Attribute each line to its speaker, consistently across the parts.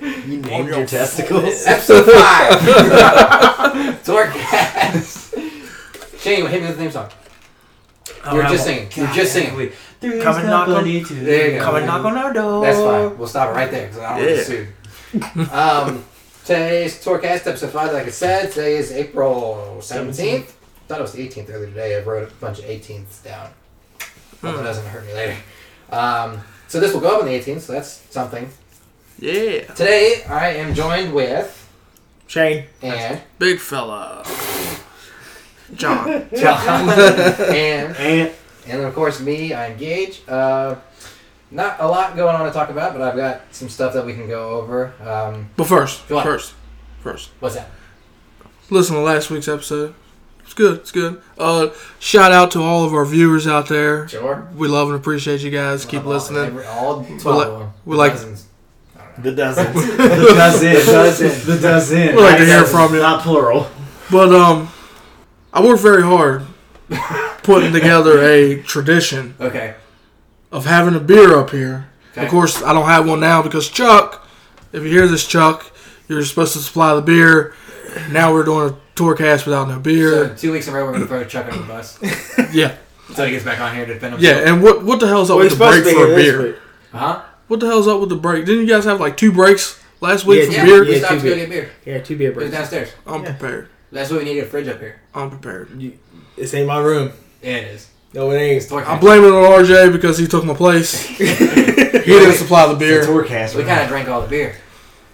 Speaker 1: You
Speaker 2: On
Speaker 1: named
Speaker 2: your
Speaker 1: your testicles.
Speaker 3: Episode five. Torcast. Shane, hit me with the name song.
Speaker 2: Oh,
Speaker 3: You're
Speaker 2: I
Speaker 3: just
Speaker 2: won't.
Speaker 3: singing. You're just
Speaker 2: damn
Speaker 3: singing.
Speaker 2: it. Come and knock on it.
Speaker 3: There you go.
Speaker 2: Come and knock on our door.
Speaker 3: That's fine. We'll stop it right there because I don't
Speaker 1: Yeah.
Speaker 3: want to get sued. Um, today's Torcast episode 5, like I said, today is April 17th. thought it was the 18th earlier today. I wrote a bunch of 18ths down. Hope it doesn't hurt me later. Um, so this will go up on the 18th, so that's something.
Speaker 4: Yeah,
Speaker 3: Today I am joined with
Speaker 2: Shane.
Speaker 3: and
Speaker 4: big fella. John.
Speaker 3: John and
Speaker 2: Ain't it?
Speaker 3: And then, of course, me, I'm Gage. Uh, not a lot going on to talk about, but I've got some stuff that we can go over. Um,
Speaker 4: But first,
Speaker 3: Go on.
Speaker 4: first, first.
Speaker 3: what's that?
Speaker 4: Listen to last week's episode. It's good. It's good. Uh, shout out to all of our viewers out there.
Speaker 3: Sure.
Speaker 4: We love and appreciate you guys. Keep
Speaker 3: All-
Speaker 4: listening.
Speaker 3: every- All 12
Speaker 4: like-
Speaker 3: of them.
Speaker 4: we like-
Speaker 3: Dozens.
Speaker 1: The dozen.
Speaker 2: The dozen. The dozen.
Speaker 1: The dozen.
Speaker 4: We like to hear from you.
Speaker 1: Not plural.
Speaker 4: But um, I worked very hard putting together a tradition
Speaker 3: Okay.
Speaker 4: of having a beer up here.
Speaker 3: Okay.
Speaker 4: Of course, I don't have one now because Chuck. If you hear this, Chuck, you're supposed to supply the beer. Now we're doing a tour cast without no
Speaker 3: So
Speaker 4: beer.
Speaker 3: two weeks in a row, we're going to throw Chuck on the bus
Speaker 4: yeah,
Speaker 3: until he gets back on here to defend
Speaker 4: yeah.
Speaker 3: himself. Uh-huh.
Speaker 4: And what what the hell's up
Speaker 1: We're
Speaker 4: with the
Speaker 1: supposed
Speaker 4: break
Speaker 1: to be
Speaker 4: for
Speaker 1: here
Speaker 4: a
Speaker 1: this
Speaker 4: beer?
Speaker 1: week.
Speaker 3: Huh?
Speaker 4: What the hell's up with the break? Didn't you guys have like two breaks last week for
Speaker 3: Yeah,
Speaker 4: beer?
Speaker 3: we
Speaker 1: Yeah,
Speaker 3: stopped to
Speaker 1: two
Speaker 3: go
Speaker 1: beer.
Speaker 3: get beer.
Speaker 1: Yeah, two beer
Speaker 3: It was
Speaker 1: breaks.
Speaker 3: downstairs.
Speaker 4: I'm
Speaker 1: Yeah.
Speaker 4: prepared.
Speaker 3: That's why we needed a fridge up here.
Speaker 4: I'm prepared.
Speaker 1: This ain't my room.
Speaker 3: Yeah, it is.
Speaker 1: No, it ain't.
Speaker 3: It's working.
Speaker 4: I'm blaming it on RJ because he took my place. he didn't supply the
Speaker 1: It's a
Speaker 4: beer.
Speaker 1: tour cast.
Speaker 3: we kind of drank all the beer.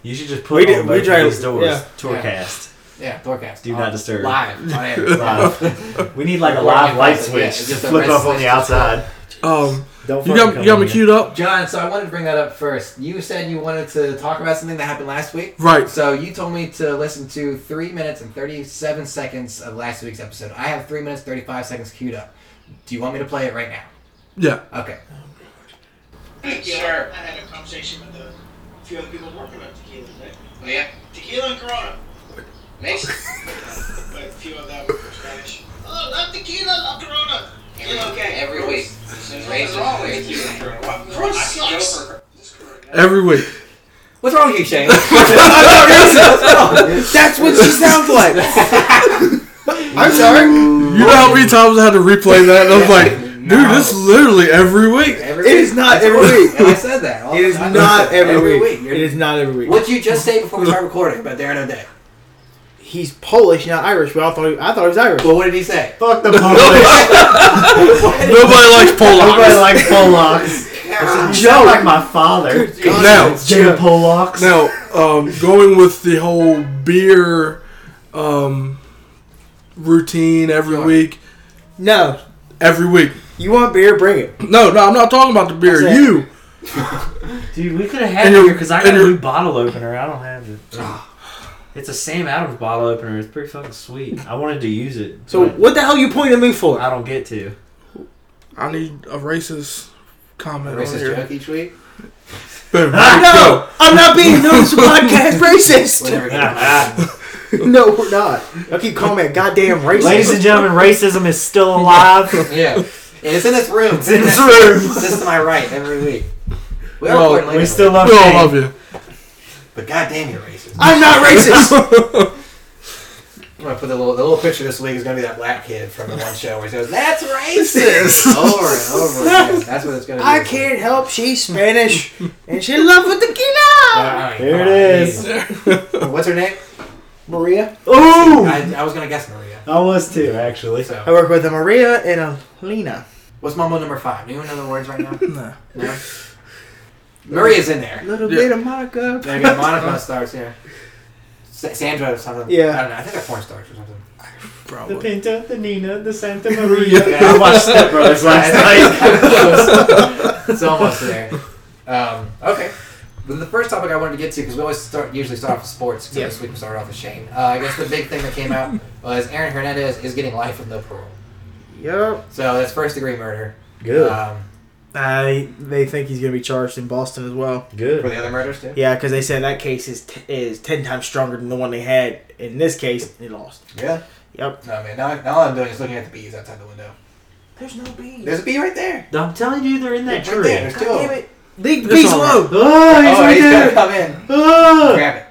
Speaker 5: You should just
Speaker 1: We
Speaker 5: put
Speaker 1: did-
Speaker 5: on
Speaker 1: we
Speaker 5: both of
Speaker 1: drank-
Speaker 5: these doors.
Speaker 1: yeah.
Speaker 5: Tourcast.
Speaker 3: Yeah, Thorcast.
Speaker 5: Do
Speaker 3: All-
Speaker 5: not disturb.
Speaker 3: Live. on air.
Speaker 5: Live. we need like a
Speaker 3: Or
Speaker 5: live
Speaker 3: like
Speaker 5: light
Speaker 3: lights,
Speaker 5: switch.
Speaker 3: yeah, it's just
Speaker 5: just
Speaker 3: a
Speaker 5: flip
Speaker 3: red
Speaker 5: up on
Speaker 3: switch.
Speaker 5: the outside.
Speaker 4: Um,
Speaker 1: Don't
Speaker 4: you got you got me queued up,
Speaker 3: John, so I wanted to bring that up first. You said you wanted to talk about something that happened last week.
Speaker 4: right?
Speaker 3: So you told me to listen to three minutes and thirty-seven seconds of last week's episode. I have three minutes thirty-five seconds queued up. Do you want me to play it right now?
Speaker 4: Yeah.
Speaker 3: Okay.
Speaker 6: Sure. I had a conversation with a few other people working on tequila, right? Oh, yeah. Tequila and Corona. Mason. but a few of them were Spanish. Oh, love tequila, love Corona. Every, okay. Every week. There's nothing wrong with tequila and Corona. Well, Corona sucks.
Speaker 4: Every week.
Speaker 3: What's wrong with you, Shane?
Speaker 1: That's what she sounds like. I'm sorry.
Speaker 4: You know how many times I had to replay that? And I was like, dude, this is literally every week.
Speaker 3: Every
Speaker 1: It is not every
Speaker 3: And I
Speaker 1: week.
Speaker 3: said that. all
Speaker 1: It
Speaker 3: the
Speaker 1: is
Speaker 3: time.
Speaker 1: not every week.
Speaker 3: You're-
Speaker 1: It is not every week.
Speaker 3: What'd you just say before we start recording about Darren O'Day?
Speaker 1: He's Polish, not Irish. We all thought he, I thought he was Irish.
Speaker 3: Well, what did he say?
Speaker 5: Fuck the Polish.
Speaker 4: Nobody
Speaker 5: Nobody
Speaker 4: likes Polacks.
Speaker 5: likes Polacks. You sound like my father.
Speaker 4: Now,
Speaker 5: Jim Polacks.
Speaker 4: now, um, going with the whole beer um, routine every week.
Speaker 1: No,
Speaker 4: Every week.
Speaker 1: you want beer? Bring it.
Speaker 4: No, no, I'm not talking about the beer.
Speaker 1: That's it.
Speaker 4: You.
Speaker 5: Dude, we could have had
Speaker 4: And
Speaker 5: it
Speaker 4: your-
Speaker 5: here because I
Speaker 4: and
Speaker 5: got a
Speaker 4: your-
Speaker 5: new bottle opener. I don't have it. It's a Sam Adams bottle opener. It's pretty fucking sweet. I wanted to use it.
Speaker 1: So
Speaker 5: but
Speaker 1: what the hell you pointing at me for?
Speaker 5: I don't get to.
Speaker 4: I need a racist comment on
Speaker 3: Racist
Speaker 4: here.
Speaker 3: joke each week.
Speaker 4: Boom.
Speaker 1: No, I'm not being known as a podcast
Speaker 3: We'll
Speaker 1: racist.
Speaker 3: never get it.
Speaker 1: No, we're not. I keep calling that goddamn racist.
Speaker 5: Ladies and gentlemen, racism is still alive.
Speaker 3: Yeah, and it's in this room. It's
Speaker 5: in this room.
Speaker 3: This is my right every week. We are
Speaker 4: Well,
Speaker 3: recording later,
Speaker 5: We still love
Speaker 4: We all
Speaker 5: Shane.
Speaker 4: love you.
Speaker 3: but goddamn, you're racist.
Speaker 1: I'm not racist.
Speaker 3: I'm gonna put the little, the little picture this week is gonna be that black kid from the one show where he goes, "That's racist," over and over again. That's what it's gonna be.
Speaker 1: I can't help. She's Spanish, and she loves with tequila.
Speaker 5: There it is.
Speaker 3: What's her name?
Speaker 1: Maria.
Speaker 4: Oh.
Speaker 5: Ooh!
Speaker 3: I, I was gonna guess Maria.
Speaker 5: I was too, actually.
Speaker 1: I
Speaker 3: So,
Speaker 1: work with a Maria and a Lena.
Speaker 3: what's Mambo number five? Anyone know the words right now?
Speaker 4: Nah.
Speaker 3: No. Maria's in there.
Speaker 1: Little
Speaker 4: Yeah.
Speaker 1: bit of Monica.
Speaker 3: There you go. Monica starts here. Sa- Sandra or something.
Speaker 1: Yeah.
Speaker 3: I don't know. I think they're porn stars or something.
Speaker 5: The
Speaker 4: Probably.
Speaker 5: Pinta, the Nina, the Santa Maria.
Speaker 3: Yeah.
Speaker 5: I watched Step Brothers last night.
Speaker 3: Close. it's almost there. Um, okay. Then the first topic I wanted to get to, because we always start, usually start off with sports, except
Speaker 1: Yeah.
Speaker 3: this week we started off with Shane. Uh, I guess the big thing that came out was Aaron Hernandez is getting life with no parole.
Speaker 1: Yep.
Speaker 3: So that's first degree murder.
Speaker 1: Good.
Speaker 3: Um,
Speaker 1: I they think he's gonna be charged in Boston as well.
Speaker 3: for
Speaker 5: Good.
Speaker 3: the other murders, too?
Speaker 1: Yeah, because they said that case is t- is ten times stronger than the one they had. In this case, they lost.
Speaker 3: Yeah.
Speaker 1: Yep.
Speaker 3: No, man. Now, now all I'm doing is looking at the bees outside the window.
Speaker 1: There's no bees.
Speaker 3: There's a bee right there.
Speaker 5: I'm telling you, they're in that
Speaker 3: Right there.
Speaker 5: tree.
Speaker 3: There's two of them.
Speaker 1: it! League
Speaker 4: It's
Speaker 1: Beast
Speaker 4: all
Speaker 1: Low.
Speaker 5: Oh, he's
Speaker 3: oh,
Speaker 5: right
Speaker 3: he's
Speaker 5: there.
Speaker 3: gonna come in.
Speaker 5: Oh.
Speaker 3: Grab it.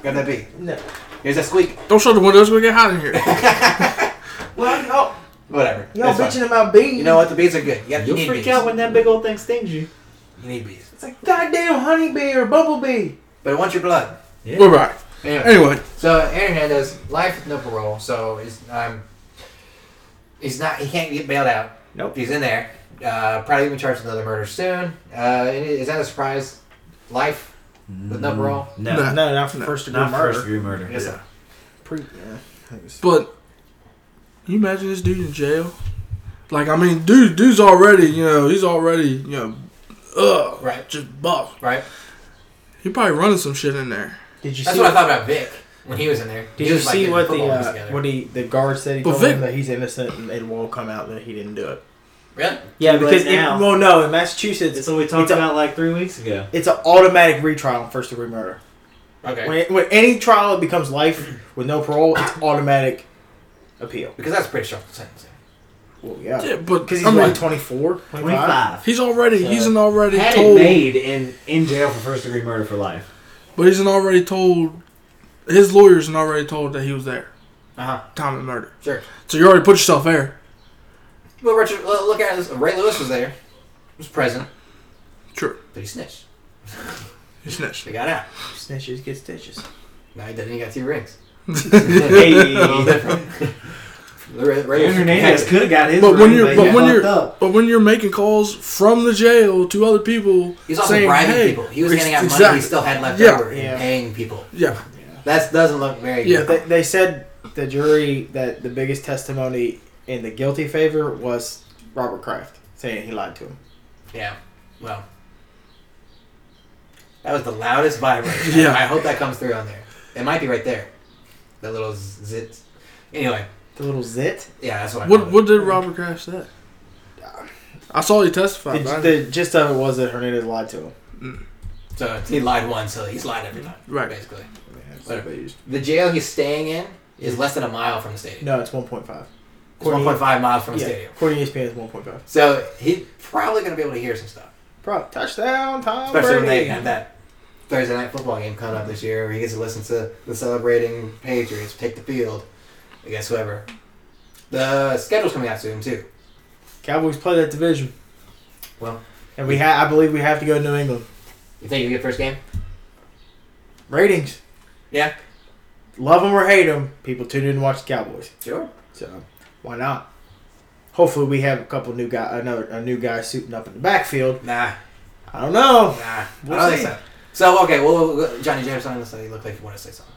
Speaker 3: Grab that bee.
Speaker 1: No.
Speaker 3: Here's a squeak.
Speaker 4: Don't shut the window. It's gonna get hot in here.
Speaker 3: Well, no. Whatever.
Speaker 1: Y'all
Speaker 3: That's fine.
Speaker 1: bitching about bees.
Speaker 3: You know what? The bees are good. You, have, you
Speaker 5: You'll
Speaker 3: need
Speaker 5: freak
Speaker 3: bees.
Speaker 5: out when that big old thing stings you.
Speaker 3: You need bees.
Speaker 1: It's like goddamn honeybee or bumblebee.
Speaker 3: But it wants your blood.
Speaker 4: We're back.
Speaker 3: Anyway.
Speaker 4: Anyway,
Speaker 3: So Aaron Hernandez, life with no parole. So he's um, he's not he can't get bailed out.
Speaker 1: Nope.
Speaker 3: He's in there. Uh, probably even charged with another murder soon. Uh, and is that a surprise? Life with no parole.
Speaker 5: Mm, No,
Speaker 4: No.
Speaker 1: No, not for first degree
Speaker 5: not
Speaker 1: murder.
Speaker 5: first degree murder.
Speaker 3: Yes, sir.
Speaker 1: Pre- yeah.
Speaker 4: but can you imagine this dude in jail? Like, I mean, dude, dude's already, you know, he's already, you know, ugh,
Speaker 3: Right.
Speaker 4: just buff.
Speaker 3: Right.
Speaker 4: He probably running some shit in there.
Speaker 1: Did you
Speaker 3: That's
Speaker 1: see?
Speaker 3: what I thought about Vic when he was in there.
Speaker 1: Did
Speaker 3: He
Speaker 1: you
Speaker 3: was, like,
Speaker 1: see
Speaker 3: in
Speaker 1: what the
Speaker 3: football games
Speaker 1: uh,
Speaker 3: together.
Speaker 1: what he the guard said? He
Speaker 4: But
Speaker 1: told
Speaker 4: Vic-
Speaker 1: him that he's innocent and it will come out that he didn't do it.
Speaker 3: really?
Speaker 1: Yeah,
Speaker 5: Too late
Speaker 1: because it,
Speaker 5: now.
Speaker 1: well, no, in Massachusetts,
Speaker 5: That's what we talked
Speaker 1: it's a-
Speaker 5: about like three weeks ago.
Speaker 1: it's an automatic retrial on first degree murder.
Speaker 3: Okay.
Speaker 1: When, when any trial it becomes life with no parole, it's automatic appeal.
Speaker 3: Because that's pretty strong sentencing.
Speaker 1: Well, yeah,
Speaker 4: Yeah, but
Speaker 1: because he's
Speaker 4: I mean,
Speaker 1: like 24, 25.
Speaker 5: Twenty-five.
Speaker 4: he's already, he's an already
Speaker 5: Had it
Speaker 4: told,
Speaker 5: made in in jail for first degree murder for life.
Speaker 4: but he's an already told. His lawyers an already told that he was there,
Speaker 3: Uh huh.
Speaker 4: time of murder.
Speaker 3: Sure.
Speaker 4: So you already put yourself there.
Speaker 3: Well, Richard, lo- look at this. Ray Lewis was there. He was present,
Speaker 4: Sure,
Speaker 3: but he snitched.
Speaker 4: you snitched.
Speaker 3: They got out.
Speaker 1: Snitches get stitches.
Speaker 3: Now he doesn't. He got two rings.
Speaker 5: Hey.
Speaker 3: Ray, Ray
Speaker 5: Aaron
Speaker 3: was
Speaker 5: Hernandez
Speaker 3: protected.
Speaker 5: could have got his.
Speaker 4: But when
Speaker 5: ring,
Speaker 4: you're,
Speaker 5: he
Speaker 4: but when
Speaker 5: fucked
Speaker 4: you're,
Speaker 5: up.
Speaker 4: but when you're making calls from the jail to other people,
Speaker 3: He's also
Speaker 4: saying,
Speaker 3: bribing
Speaker 4: hey,
Speaker 3: people. He was
Speaker 4: ex-
Speaker 3: handing out money
Speaker 4: exactly.
Speaker 3: he still had left
Speaker 4: Yeah.
Speaker 3: over and
Speaker 1: Yeah.
Speaker 3: paying people.
Speaker 4: Yeah,
Speaker 3: That doesn't look very
Speaker 4: Yeah.
Speaker 3: good.
Speaker 1: They, they said the jury that the biggest testimony in the guilty favor was Robert Kraft saying he lied to him.
Speaker 3: Yeah. Well, that was the loudest vibrate.
Speaker 4: Yeah.
Speaker 3: I hope that comes through on there. It might be right there. That little z- zit. Anyway,
Speaker 1: The little zit.
Speaker 3: yeah, that's what. I
Speaker 4: What
Speaker 3: called it.
Speaker 4: what did Robert Kraft say? I saw you testify. but I-
Speaker 1: The, the gist of it was that Hernandez lied to him.
Speaker 3: So he lied once, so he's lied every time.
Speaker 4: Right.
Speaker 3: Basically, the jail he's staying in is less than a mile from the stadium.
Speaker 1: No, it's 1.5.
Speaker 3: It's 1.5 miles from the
Speaker 1: Yeah,
Speaker 3: stadium.
Speaker 1: according to E ESPN, it's 1.5.
Speaker 3: So he's probably gonna be able to hear some stuff,
Speaker 1: Bro, touchdown, Tom
Speaker 3: especially when they
Speaker 1: Brady.
Speaker 3: have that Thursday night football game coming up this year, where he gets to listen to the celebrating Patriots take the field against whoever. The schedule's coming out soon too.
Speaker 1: Cowboys play that division.
Speaker 3: Well.
Speaker 1: and we ha- I believe we have to go to New England.
Speaker 3: You think you get first game?
Speaker 1: Ratings.
Speaker 3: Yeah.
Speaker 1: Love them or hate them, people tune in and watch the Cowboys.
Speaker 3: Sure.
Speaker 1: So why not? Hopefully, we have a couple new guy, another a new guy suiting up in the backfield.
Speaker 3: Nah,
Speaker 1: I don't know.
Speaker 3: nah.
Speaker 1: We'll
Speaker 3: I don't think
Speaker 1: see.
Speaker 3: so. So okay, well, well, Johnny Jameson, I'm gonna say you look like you want to say something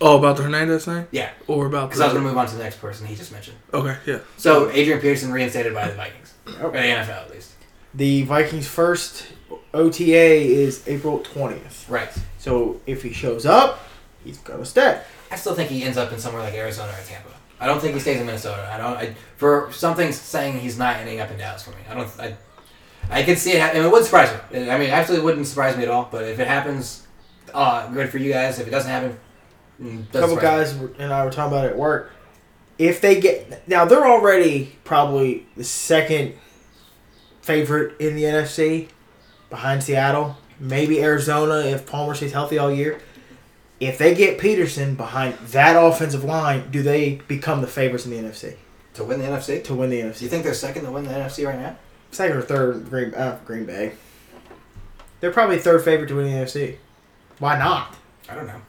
Speaker 4: oh, about the Hernandez thing.
Speaker 3: Yeah.
Speaker 4: Or about
Speaker 3: because I was
Speaker 4: the.
Speaker 3: gonna move on to the next person he just mentioned.
Speaker 4: Okay. Yeah.
Speaker 3: So Adrian Peterson reinstated by the Vikings or the
Speaker 1: Alright.
Speaker 3: NFL at least.
Speaker 1: The Vikings' first OTA is April twentieth.
Speaker 3: Right.
Speaker 1: So if he shows up, he's gonna stay.
Speaker 3: I still think he ends up in somewhere like Arizona or Tampa. I don't think he stays in Minnesota. I don't. I, for something saying he's not ending up in Dallas for me. I don't. I, I could see it. Happen. It wouldn't surprise me. I mean, it absolutely wouldn't surprise me at all. But if it happens, uh, good for you guys. If it doesn't happen, mm, doesn't
Speaker 1: A couple
Speaker 3: surprise me.
Speaker 1: guys were- and I were talking about it at work. If they get now, they're already probably the second favorite in the NFC behind Seattle, maybe Arizona if Palmer stays healthy all year. If they get Peterson behind that offensive line, do they become the favorites in the NFC
Speaker 3: to win the NFC.
Speaker 1: to win the
Speaker 3: Do you
Speaker 1: NFC?
Speaker 3: think they're second to win the NFC right now?
Speaker 1: Second or third, Green uh, Green Bay. They're probably third favorite to win the NFC. Why not?
Speaker 3: I don't know.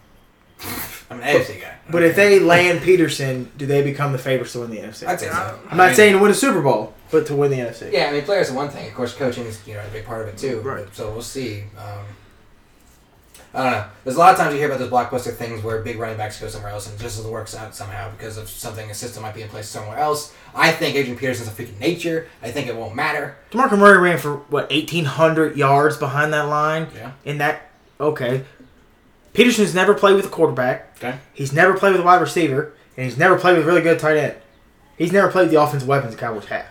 Speaker 3: I'm an AFC guy.
Speaker 1: But if they land Peterson, do they become the favorites to win the NFC?
Speaker 3: I'd say so.
Speaker 1: I'm not
Speaker 3: mean-
Speaker 1: saying to win a Super Bowl, but to win the NFC.
Speaker 3: Yeah, I mean, players are one thing. Of course, coaching is you know a big part of it too.
Speaker 4: Right.
Speaker 3: So we'll see. Um, I don't know. There's a lot of times you hear about those blockbuster things where big running backs go somewhere else and it just works out somehow because of something a system might be in place somewhere else. I think Adrian Peterson's a freak of nature. I think it won't matter.
Speaker 1: DeMarco Murray ran for what 1,800 yards behind that line.
Speaker 3: Yeah.
Speaker 1: In that, okay. Peterson's never played with a quarterback.
Speaker 3: Okay.
Speaker 1: He's never played with a wide receiver, and he's never played with a really good tight end. He's never played with the offensive weapons the Cowboys have.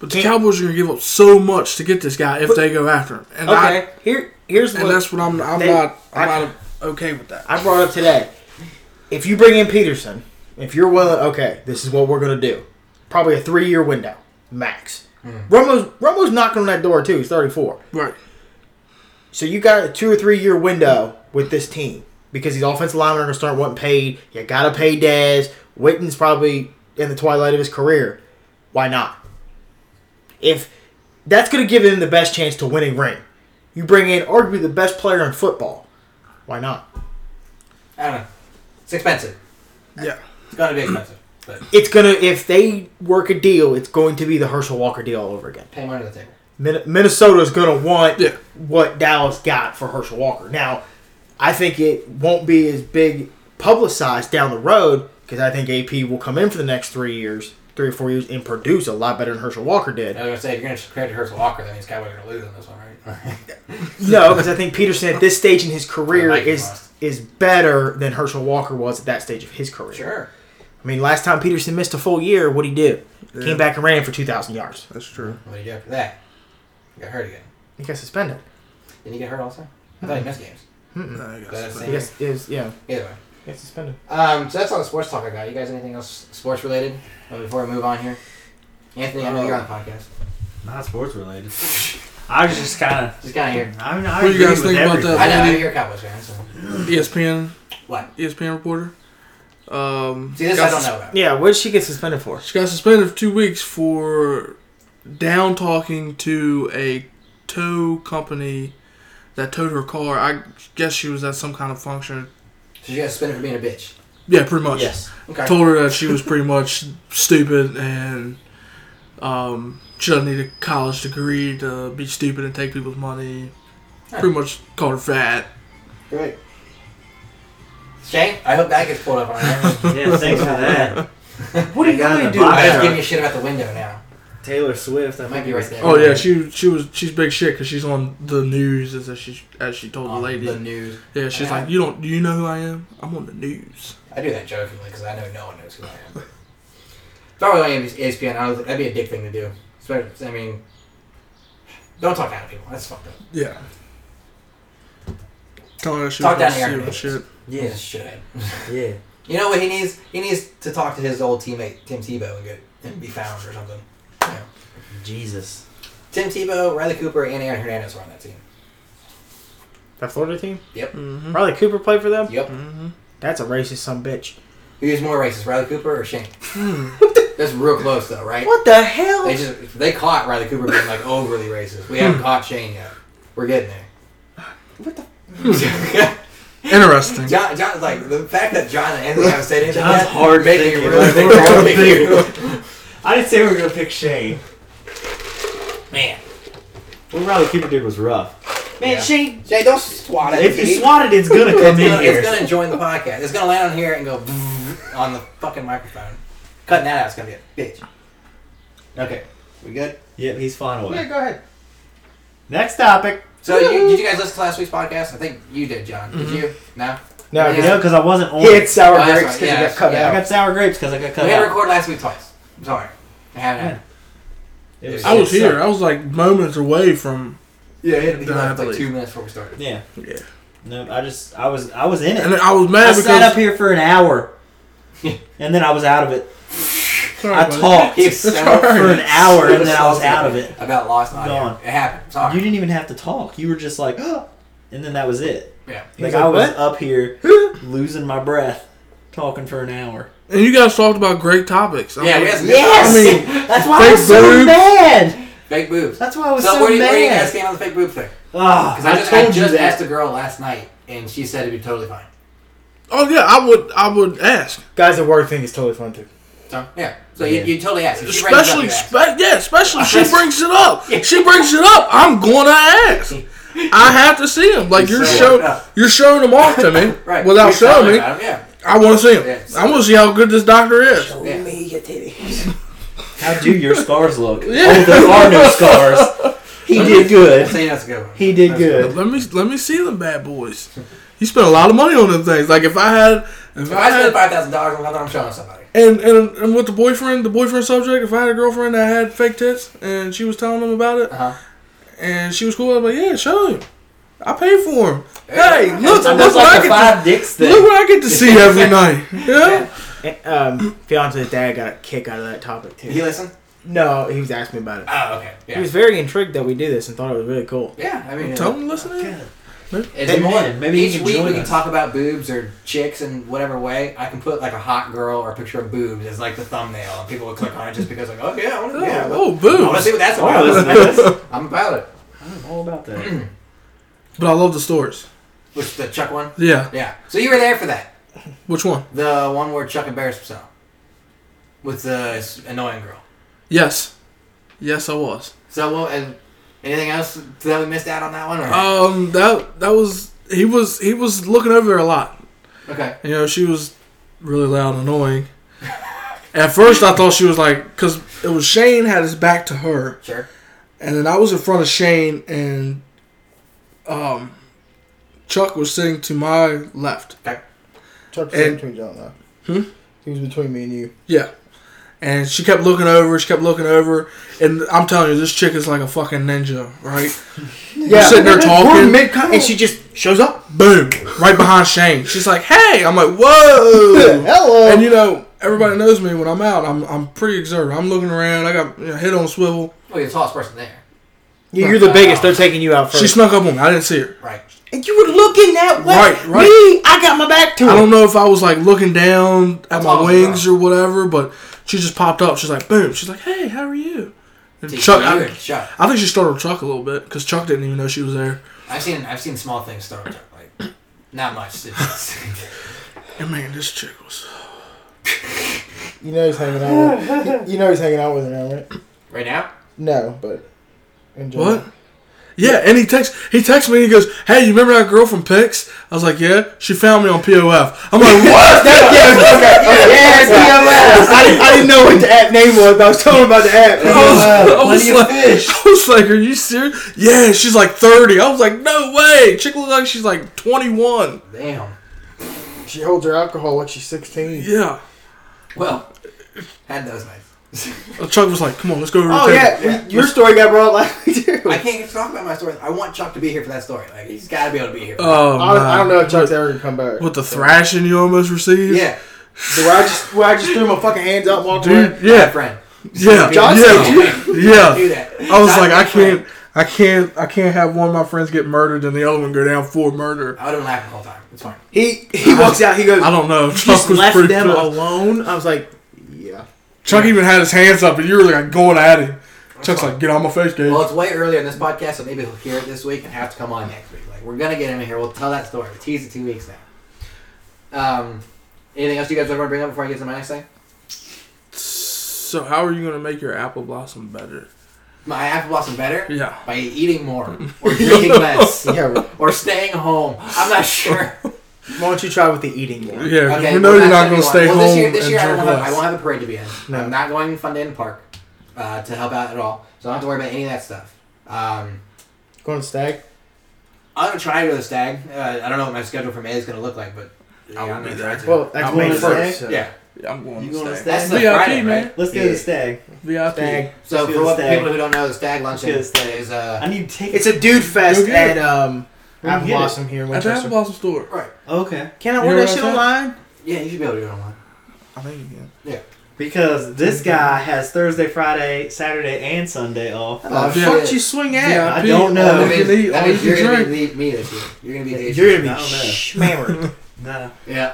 Speaker 4: But the Cowboys are gonna give up so much to get this guy if they go after him, and I,
Speaker 1: Here, here's
Speaker 4: and
Speaker 1: what
Speaker 4: that's what I'm. I'm
Speaker 1: They-
Speaker 4: not. I'm
Speaker 1: I-
Speaker 4: not okay with that.
Speaker 1: I brought up today. If you bring in Peterson, if you're willing, okay, this is what we're gonna do. Probably Mm. a three-year window max. Romo's Romo's knocking on that door too. He's 34.
Speaker 4: Right.
Speaker 1: So you got a two or three year window with this team because these offensive linemen are going to start wanting paid. You got to pay Dez. Witten's probably in the twilight of his career. Why not? If that's going to give him the best chance to win a ring, you bring in arguably the best player in football. Why not?
Speaker 3: I don't know. It's expensive.
Speaker 4: Yeah.
Speaker 3: It's gonna be expensive. But
Speaker 1: It's gonna if they work a deal, it's going to be the Herschel Walker deal all over again.
Speaker 3: pay money to the table.
Speaker 1: Min- Minnesota's going to want
Speaker 4: Yeah.
Speaker 1: what Dallas got for Herschel Walker. Now, I think it won't be as big publicized down the road because I think AP will come in for the next three years, three or four years, and produce a lot better than Herschel Walker did.
Speaker 3: I was gonna say if you're gonna compare it to Herschel Walker, that means Cowboys are gonna lose on this one, right?
Speaker 1: No, because I think Peterson at this stage in his career
Speaker 3: I like
Speaker 1: is
Speaker 3: him last.
Speaker 1: is better than Herschel Walker was at that stage of his career.
Speaker 3: sure.
Speaker 1: I mean, last time Peterson missed a full year, what would he do? Came back and ran for two thousand yards.
Speaker 4: That's true.
Speaker 3: What do you do after that? You got hurt again.
Speaker 1: He got suspended.
Speaker 3: Did he get hurt also? I thought he missed games.
Speaker 4: No, I guess.
Speaker 3: That's
Speaker 4: but-
Speaker 1: He got, is yeah.
Speaker 3: Either way.
Speaker 1: He got suspended.
Speaker 3: Um, so that's all the sports talk I got. You guys anything else sports related uh, before we move on here? Anthony, I know you're on the podcast.
Speaker 5: Not sports related. I was just kind of.
Speaker 3: Just kind of here.
Speaker 5: I mean, I
Speaker 4: What do you
Speaker 5: agree
Speaker 4: guys
Speaker 5: with
Speaker 4: think about
Speaker 5: everything.
Speaker 4: that?
Speaker 3: I know, I know you're a Cowboys fan, so.
Speaker 4: E ESPN.
Speaker 3: What?
Speaker 4: ESPN reporter. Um,
Speaker 3: See, this
Speaker 4: got
Speaker 3: I don't
Speaker 4: sus-
Speaker 3: know about.
Speaker 1: Yeah, what did she get suspended for?
Speaker 4: She got suspended for two weeks for down talking to a tow company that towed her car. I guess she was at some kind of function.
Speaker 3: So you got suspended for being a bitch.
Speaker 4: Yeah, pretty much.
Speaker 3: Okay.
Speaker 4: Told her that she was pretty much stupid and um, she doesn't need a college degree to be stupid and take people's money. Pretty much called her fat.
Speaker 3: Great. Shane, I hope that gets pulled up on our
Speaker 5: Yeah, thanks for that.
Speaker 1: What are you
Speaker 5: Got
Speaker 1: gonna
Speaker 5: the
Speaker 1: do?
Speaker 5: box.
Speaker 3: I
Speaker 5: Yeah.
Speaker 3: was giving you shit about the window now.
Speaker 5: Taylor Swift. I
Speaker 3: That
Speaker 5: think
Speaker 3: might be
Speaker 5: it
Speaker 3: right
Speaker 5: was-
Speaker 3: there.
Speaker 4: Oh yeah, she she was she's big shit because she's on the news as she as she told
Speaker 3: On
Speaker 4: the lady.
Speaker 3: The news.
Speaker 4: yeah, she's like, you don't do you know who I am? I'm on the news.
Speaker 3: I do that jokingly because I know no one knows who I am. But if I E were on ESPN, I would, that'd be a dick thing to do. Especially, I mean, don't talk down to people. That's fucked up.
Speaker 4: Yeah. Telling her she
Speaker 3: Talk down
Speaker 4: was
Speaker 3: to Aaron
Speaker 4: stupid
Speaker 3: Rodgers.
Speaker 5: Yeah,
Speaker 4: shit.
Speaker 3: Shit.
Speaker 5: yeah.
Speaker 3: You know what he needs? He needs to talk to his old teammate Tim Tebow and get and be found or something. Yeah.
Speaker 5: Jesus.
Speaker 3: Tim Tebow, Riley Cooper, and Aaron Hernandez were on that team.
Speaker 1: That Florida team?
Speaker 4: Mm-hmm.
Speaker 1: Riley Cooper played for them?
Speaker 3: Yep.
Speaker 4: Mm-hmm.
Speaker 1: That's a racist some bitch.
Speaker 3: Who's more racist, Riley Cooper or Shane?
Speaker 5: Hmm.
Speaker 3: That's real close though, right?
Speaker 1: What the hell?
Speaker 3: They just they caught Riley Cooper being like overly racist. We
Speaker 5: Hmm.
Speaker 3: haven't caught Shane yet. We're getting there.
Speaker 4: Interesting.
Speaker 3: John, John, like the fact that John and Anthony haven't said anything.
Speaker 5: John's
Speaker 3: yet
Speaker 5: hard
Speaker 3: made me
Speaker 5: thinking.
Speaker 3: really
Speaker 5: Like,
Speaker 3: think
Speaker 5: we're
Speaker 3: about
Speaker 5: all
Speaker 3: it.
Speaker 5: thinking. I didn't say we were gonna pick Shane.
Speaker 3: Man,
Speaker 5: What Riley Cooper did was rough. Man,
Speaker 3: Yeah.
Speaker 5: Shane.
Speaker 3: Jay, don't swat it.
Speaker 5: If you swat it, it's gonna come
Speaker 3: it's
Speaker 5: in
Speaker 3: gonna,
Speaker 5: here.
Speaker 3: it's gonna join the podcast. It's gonna land on here and go on the fucking microphone. Cutting that out is gonna be a bitch. Okay, we good?
Speaker 5: Yep, he's fine away.
Speaker 3: go ahead.
Speaker 5: Next topic.
Speaker 3: So, you, did you guys listen to last week's podcast? I think you did, John.
Speaker 5: Mm-hmm.
Speaker 3: Did you? No.
Speaker 1: no,
Speaker 3: Yeah.
Speaker 5: You know, because I wasn't on.
Speaker 1: he had sour
Speaker 3: Oh, that's
Speaker 1: grapes
Speaker 3: right,
Speaker 1: because
Speaker 3: yeah,
Speaker 1: he got cut
Speaker 3: yeah.
Speaker 5: I
Speaker 1: out.
Speaker 5: got sour grapes because I got cut
Speaker 3: we had to
Speaker 5: out.
Speaker 3: record last week twice. I'm sorry, I haven't. had it.
Speaker 5: It
Speaker 4: I was
Speaker 5: it
Speaker 4: here.
Speaker 5: sucked.
Speaker 4: I was like moments away from.
Speaker 3: Yeah, it had to be
Speaker 4: Nah, I
Speaker 3: left like
Speaker 4: believe.
Speaker 3: two minutes before we started.
Speaker 5: Yeah.
Speaker 4: Yeah.
Speaker 5: No, I just I was I was in it.
Speaker 4: And I was
Speaker 5: I
Speaker 4: mad
Speaker 5: sat up
Speaker 4: because.
Speaker 5: here for an hour, and then I was out of it.
Speaker 4: Sorry,
Speaker 5: I
Speaker 4: buddy.
Speaker 5: talked
Speaker 3: He's so
Speaker 5: for an hour, and then I was
Speaker 3: salty
Speaker 5: out of it.
Speaker 3: About lost audio.
Speaker 5: Gone.
Speaker 3: It happened. Sorry.
Speaker 5: You didn't even have to talk. You were just like, and then that was it.
Speaker 3: yeah.
Speaker 5: Like,
Speaker 1: was
Speaker 5: I
Speaker 1: like,
Speaker 5: was
Speaker 1: "What?"
Speaker 5: up here losing my breath, talking for an hour.
Speaker 4: And you guys talked about great topics. I'm
Speaker 3: Yeah,
Speaker 4: like,
Speaker 3: you guys-
Speaker 5: Yes,
Speaker 4: I
Speaker 5: that's why I
Speaker 4: fake
Speaker 5: was so
Speaker 4: boobs.
Speaker 5: mad.
Speaker 3: Fake boobs.
Speaker 5: That's why I was
Speaker 3: so
Speaker 5: so,
Speaker 3: where do you, where do you guys
Speaker 5: mad.
Speaker 3: stand on the fake boob thing?
Speaker 5: Ah,
Speaker 3: Because
Speaker 5: I,
Speaker 3: I just, I
Speaker 5: told you
Speaker 3: just
Speaker 5: that.
Speaker 3: asked a girl last night, and she said it'd be totally fine.
Speaker 4: Oh yeah, I would. I would ask,
Speaker 1: Guys, the word thing is totally fun too.
Speaker 3: So yeah, so
Speaker 5: Yeah.
Speaker 3: You, you totally asked. If she brings
Speaker 4: especially.
Speaker 3: it up, you ask.
Speaker 4: Spe- yeah, especially she brings it up. She brings it up. I'm gonna ask. I have to see him. Like you're
Speaker 3: so
Speaker 4: showing,
Speaker 3: worked up.
Speaker 4: you're showing him off to me
Speaker 3: right?
Speaker 4: without
Speaker 3: You're
Speaker 4: showing
Speaker 3: telling
Speaker 4: me.
Speaker 3: about it, Yeah,
Speaker 4: I want to see him.
Speaker 3: Yeah, so-
Speaker 4: I want to see how good this doctor is.
Speaker 3: yeah.
Speaker 5: How do your scars look?
Speaker 4: Yeah.
Speaker 5: Oh, there are no scars. He did
Speaker 3: I'm
Speaker 5: good.
Speaker 3: saying that's a good one.
Speaker 5: He did
Speaker 3: That's
Speaker 5: good.
Speaker 4: Let me let me see them bad boys. You spent a lot of money on them things. Like if I had, if
Speaker 3: If I
Speaker 4: I
Speaker 3: spend
Speaker 4: had,
Speaker 3: five thousand dollars on something, I'm showing somebody.
Speaker 4: and, and and with the boyfriend, the boyfriend subject. If I had a girlfriend that had fake tits and she was telling him about it,
Speaker 3: Uh huh.
Speaker 4: and she was cool, I'm like, yeah, show him. I paid for him.
Speaker 3: Hey,
Speaker 4: Hey, look,
Speaker 5: And
Speaker 4: look
Speaker 5: that's
Speaker 4: what I
Speaker 5: like the
Speaker 4: get to
Speaker 5: five dicks
Speaker 4: look
Speaker 5: thing.
Speaker 4: what I get to see every night. Yeah.
Speaker 1: And, um, fiance's dad got a kick out of that topic too.
Speaker 3: Did he listen?
Speaker 1: No, he was asking me about it.
Speaker 3: Oh, okay.
Speaker 1: He
Speaker 3: Yeah.
Speaker 1: was very intrigued that we do this and thought it was really cool.
Speaker 3: Yeah, I mean,
Speaker 4: Tell them to listen in.
Speaker 3: It's
Speaker 1: Hey,
Speaker 3: more.
Speaker 5: man, maybe you
Speaker 3: each
Speaker 5: can
Speaker 3: week
Speaker 5: join
Speaker 3: we can
Speaker 5: us.
Speaker 3: talk about boobs or chicks in whatever way. I can put like a hot girl or a picture of boobs as like the thumbnail, and people would click on it just because like, oh yeah, I want to
Speaker 4: Oh,
Speaker 3: yeah, but-
Speaker 4: oh,
Speaker 3: I want to
Speaker 4: boobs.
Speaker 3: see what that's
Speaker 5: Wow, this is
Speaker 3: about.
Speaker 5: nice.
Speaker 3: I'm about it.
Speaker 5: I'm all about that.
Speaker 4: But I love the stories.
Speaker 3: Which the Chuck one?
Speaker 4: Yeah.
Speaker 3: Yeah. So you were there for that.
Speaker 4: Which one?
Speaker 3: The one where Chuck embarrassed himself with the s- annoying girl.
Speaker 4: Yes. Yes, I was.
Speaker 3: So well, and anything else that we missed out on that one? Or?
Speaker 4: Um, that that was he was he was looking over there a lot.
Speaker 3: okay.
Speaker 4: You know, she was really loud and annoying. At first, I thought she was like, because it was Shane had his back to her,
Speaker 3: Sure.
Speaker 4: and then I was in front of Shane, and um, Chuck was sitting to my left.
Speaker 2: Chuck
Speaker 4: And-
Speaker 2: between John though.
Speaker 4: Hmm?
Speaker 2: He was between me and you.
Speaker 4: Yeah. And she kept looking over, she kept looking over, and I'm telling you, this chick is like a fucking ninja, right?
Speaker 1: Yeah,
Speaker 4: sitting there talking.
Speaker 1: mid and she just shows up.
Speaker 4: Boom! Right behind Shane. She's like, hey! I'm like, whoa!
Speaker 2: Hello.
Speaker 4: and you know, everybody knows me when I'm out, I'm, I'm pretty exerted. I'm looking around, I got you know, head on a swivel.
Speaker 3: Well, you're the tallest person there,
Speaker 1: You- You're the biggest. They're taking you out first.
Speaker 4: She snuck up on me, I didn't see her.
Speaker 3: right?
Speaker 1: and you were looking that way.
Speaker 4: Right, right.
Speaker 1: Me, I got my back to
Speaker 4: I
Speaker 1: it.
Speaker 4: don't know if I was like looking down at my
Speaker 3: awesome,
Speaker 4: wings or whatever, but she just popped up. She's like, boom! She's like, hey, how are you? And Chuck,
Speaker 3: you
Speaker 4: I,
Speaker 3: and Chuck.
Speaker 4: I think she startled Chuck a little bit because Chuck didn't even know she was there.
Speaker 3: I've seen I've seen small things start with Chuck, like not much. It's-
Speaker 4: And man, this chick was.
Speaker 2: You know he's hanging out. With, you know he's hanging out with her now, right?
Speaker 3: right now,
Speaker 2: No, but in general.
Speaker 4: What? Yeah, and he texts he texts me and he goes, Hey, you remember that girl from Pix? I was like, Yeah, she found me on POF. I'm like, What?
Speaker 1: Yeah, POS. I, didn't- I didn't know what the app name was, but I was telling about the app.
Speaker 4: I was, I was
Speaker 3: Plenty of
Speaker 4: like,
Speaker 3: fish.
Speaker 4: I was like, Are you serious? Yeah, she's like thirty. I was like, No way. Chick looks like she's like twenty one.
Speaker 3: damn.
Speaker 2: She holds her alcohol like she's 16.
Speaker 4: Yeah.
Speaker 3: Well, had those nights.
Speaker 4: Uh, Chuck was like, Come on, let's go over to
Speaker 1: Oh
Speaker 4: the table.
Speaker 1: yeah, we- your story got brought up last week too.
Speaker 3: I can't get to talk about my story. I want Chuck to be here for that story. Like he's got to be able to be here. for that.
Speaker 4: Oh,
Speaker 2: I, I
Speaker 4: man.
Speaker 2: don't know if Chuck's ever gonna come back.
Speaker 4: What the thrashing you almost received?
Speaker 3: yeah,
Speaker 1: So where I just where I just threw my fucking hands up, and walked away.
Speaker 4: Dude, yeah,
Speaker 3: friend.
Speaker 4: yeah,
Speaker 1: John said
Speaker 4: yeah, yeah.
Speaker 3: Do that.
Speaker 4: I was
Speaker 3: Not
Speaker 4: like,
Speaker 3: my
Speaker 4: I
Speaker 3: friend.
Speaker 4: can't, I can't, I can't have one of my friends get murdered and the other one go down for murder.
Speaker 3: I would have been laughing the whole time. It's fine.
Speaker 1: He he walks out. He goes.
Speaker 4: I don't know.
Speaker 1: "You
Speaker 4: Chuck
Speaker 1: just
Speaker 4: was
Speaker 1: left
Speaker 4: pretty
Speaker 1: them
Speaker 4: close.
Speaker 1: alone. I was like, yeah.
Speaker 4: Chuck even had his hands up, and you were like going at him. Chuck's like, "Get on my face, dude."
Speaker 3: Well, it's way earlier in this podcast, so maybe he'll hear it this week and have to come on next week. Like we're gonna get him in here. We'll tell that story. Tease it two weeks now. Um, anything else you guys ever bring up before I get to my next thing?
Speaker 4: so, how are you gonna make your apple blossom better?
Speaker 3: My apple blossom better
Speaker 4: Yeah.
Speaker 3: by eating more or drinking less
Speaker 2: Yeah, right.
Speaker 3: or staying home. I'm not sure.
Speaker 1: Why don't you try with the eating one?
Speaker 4: Yeah, 'cause we know
Speaker 3: well,
Speaker 4: you're
Speaker 3: that's
Speaker 4: not
Speaker 3: what
Speaker 4: gonna
Speaker 3: we
Speaker 4: stay
Speaker 3: want.
Speaker 4: home
Speaker 3: well, This year, this
Speaker 4: and
Speaker 3: year I,
Speaker 4: drink
Speaker 3: won't have, I
Speaker 4: less.
Speaker 3: won't have a parade to be in.
Speaker 1: No.
Speaker 3: I'm not going to Fun Park uh, to help out at all, so I don't have to worry about any of that stuff. Um,
Speaker 2: Going to stag?
Speaker 3: I'm gonna try to go to the stag. Uh, I don't know what my schedule for May is gonna look like, but yeah,
Speaker 4: I
Speaker 3: I'm
Speaker 4: won't
Speaker 3: gonna
Speaker 4: be
Speaker 3: try
Speaker 4: there.
Speaker 3: to.
Speaker 2: Well, that's
Speaker 1: I'm
Speaker 2: May
Speaker 1: May
Speaker 5: gonna say-
Speaker 2: first.
Speaker 1: first.
Speaker 3: yeah.
Speaker 4: Yeah, I'm going
Speaker 5: You
Speaker 4: to
Speaker 5: gonna
Speaker 4: stay.
Speaker 5: stay?
Speaker 3: That's
Speaker 5: That's
Speaker 3: the
Speaker 4: VIP,
Speaker 3: Friday,
Speaker 4: man.
Speaker 3: right?
Speaker 5: Let's go to the stag.
Speaker 4: VIP.
Speaker 1: Stag.
Speaker 3: So
Speaker 5: Let's do
Speaker 3: for
Speaker 5: the
Speaker 3: what
Speaker 5: stag.
Speaker 3: people who don't know, the stag luncheon
Speaker 5: do the stag.
Speaker 3: is uh
Speaker 5: I need tickets.
Speaker 1: It's a dude fest
Speaker 4: Go get
Speaker 1: at
Speaker 4: it.
Speaker 1: um
Speaker 5: Go
Speaker 1: Apple
Speaker 5: get it.
Speaker 1: Blossom here in
Speaker 4: At the apple
Speaker 1: Winchester.
Speaker 4: blossom store.
Speaker 5: okay.
Speaker 1: Can I
Speaker 4: You
Speaker 1: order
Speaker 4: know
Speaker 1: that
Speaker 4: what
Speaker 1: shit
Speaker 4: I'm
Speaker 1: online?
Speaker 3: yeah, you should be able to do it online.
Speaker 4: I think you can.
Speaker 5: Because this guy has Thursday, Friday, Saturday, and Sunday off.
Speaker 1: Oh,
Speaker 4: yeah.
Speaker 1: fuck you, swing at.
Speaker 5: I
Speaker 4: VIP,
Speaker 5: don't know.
Speaker 4: all
Speaker 3: that
Speaker 4: you
Speaker 3: means,
Speaker 4: can eat,
Speaker 3: that
Speaker 4: all you
Speaker 3: means you're
Speaker 4: can
Speaker 3: gonna
Speaker 4: drink.
Speaker 3: be lead me this year. You're gonna be the
Speaker 1: You're gonna
Speaker 5: I
Speaker 1: be
Speaker 5: don't know.
Speaker 1: shmammered.
Speaker 5: Nah.
Speaker 3: yeah.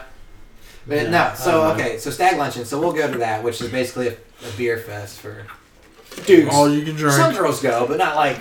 Speaker 3: But
Speaker 5: Yeah,
Speaker 3: no, so
Speaker 5: I don't know.
Speaker 3: okay, so stag luncheon. So we'll go to that, which is basically a, a beer fest for
Speaker 1: Dude,
Speaker 4: All you can drink.
Speaker 3: some girls go, but not like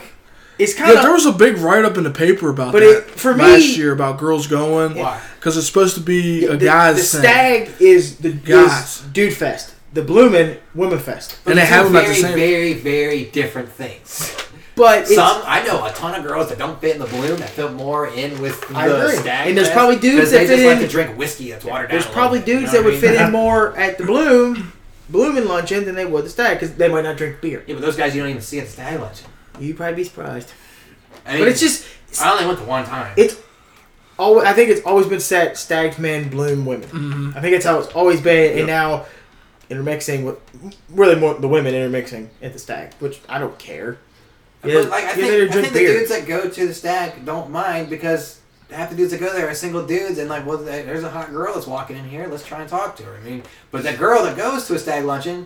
Speaker 1: it's kind
Speaker 4: Yeah,
Speaker 1: of.
Speaker 4: there was a big write up in the paper about
Speaker 1: But
Speaker 4: that
Speaker 1: it- for me-
Speaker 4: last year about girls going
Speaker 3: why.
Speaker 4: because it's supposed to be a
Speaker 1: the,
Speaker 4: guy's
Speaker 1: the
Speaker 4: thing.
Speaker 1: stag is the
Speaker 4: Guys.
Speaker 1: is dude fest. The bloomin' women fest.
Speaker 4: And they
Speaker 3: Two
Speaker 4: have them at
Speaker 3: very,
Speaker 4: the same.
Speaker 3: very, very different things.
Speaker 1: But it's,
Speaker 3: Some I know a ton of girls that don't fit in the bloom that fit more in with the
Speaker 1: I agree.
Speaker 3: stag.
Speaker 1: And there's
Speaker 3: fest,
Speaker 1: probably dudes
Speaker 3: 'cause they
Speaker 1: that fit
Speaker 3: just like
Speaker 1: in-
Speaker 3: to drink whiskey that's watered down.
Speaker 1: there's probably
Speaker 3: a little bit, you
Speaker 1: dudes
Speaker 3: know
Speaker 1: that
Speaker 3: what I
Speaker 1: would
Speaker 3: mean?
Speaker 1: fit in more at the bloom, bloomin' luncheon than they would the stag because they might not drink beer.
Speaker 3: Yeah, but those guys you don't even see at the stag luncheon.
Speaker 1: You'd probably be surprised.
Speaker 3: I mean,
Speaker 1: But it's just.
Speaker 3: I only went to one time.
Speaker 1: It's always, I think it's always been set stagged men bloom women.
Speaker 4: Mm-hmm.
Speaker 1: I think that's how it's always been, and now intermixing with really more the women intermixing at the stag, which I don't care. Yeah,
Speaker 3: but like I
Speaker 1: yeah,
Speaker 3: think,
Speaker 1: they
Speaker 3: I
Speaker 1: drink
Speaker 3: think the
Speaker 1: beer.
Speaker 3: dudes that go to the stag don't mind because half the dudes that go there are single dudes and like, well, th- there's a hot girl that's walking in here. Let's try and talk to her. I mean, but that girl that goes to a stag luncheon,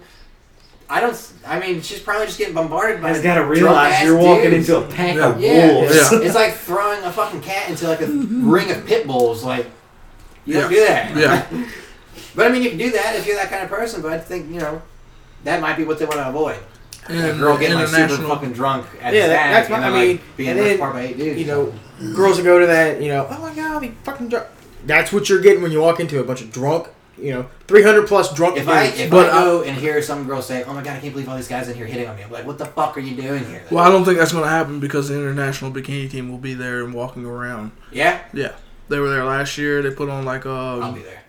Speaker 3: I don't. s- I mean, she's probably just getting bombarded by.
Speaker 5: Has got to
Speaker 3: drunk
Speaker 5: realize
Speaker 3: ass
Speaker 5: you're walking
Speaker 3: dudes.
Speaker 5: into a pack of
Speaker 3: Yeah,
Speaker 5: wolves.
Speaker 3: it's-
Speaker 4: Yeah.
Speaker 3: it's like throwing a fucking cat into like a ring of pit bulls. Like, you don't do that.
Speaker 4: Yeah.
Speaker 3: but I mean, you can do that if you're that kind of person. But I think you know, that might be what they want to avoid. A
Speaker 4: And
Speaker 3: girl getting like super
Speaker 4: international.
Speaker 3: fucking drunk at
Speaker 1: Yeah,
Speaker 3: the
Speaker 1: that- that's
Speaker 3: stack and then
Speaker 1: my- I mean,
Speaker 3: like being
Speaker 1: and
Speaker 3: ripped
Speaker 1: then,
Speaker 3: apart by eight dudes.
Speaker 1: you know, girls that go to that, you know, oh my god, they fucking drunk. That's what you're getting when you walk into a bunch of drunk, you know, 300 plus drunk
Speaker 3: If I
Speaker 1: dudes. uh,
Speaker 3: if
Speaker 4: But
Speaker 3: I go and hear some girl say, "Oh my god, I can't believe all these guys in here hitting on me," I'm like, "What the fuck are you doing here?"
Speaker 4: Well, I don't think that's going to happen because the international bikini team will be there and walking around.
Speaker 3: yeah,
Speaker 4: Yeah, they were there last year. They put on like a
Speaker 3: I'll be there.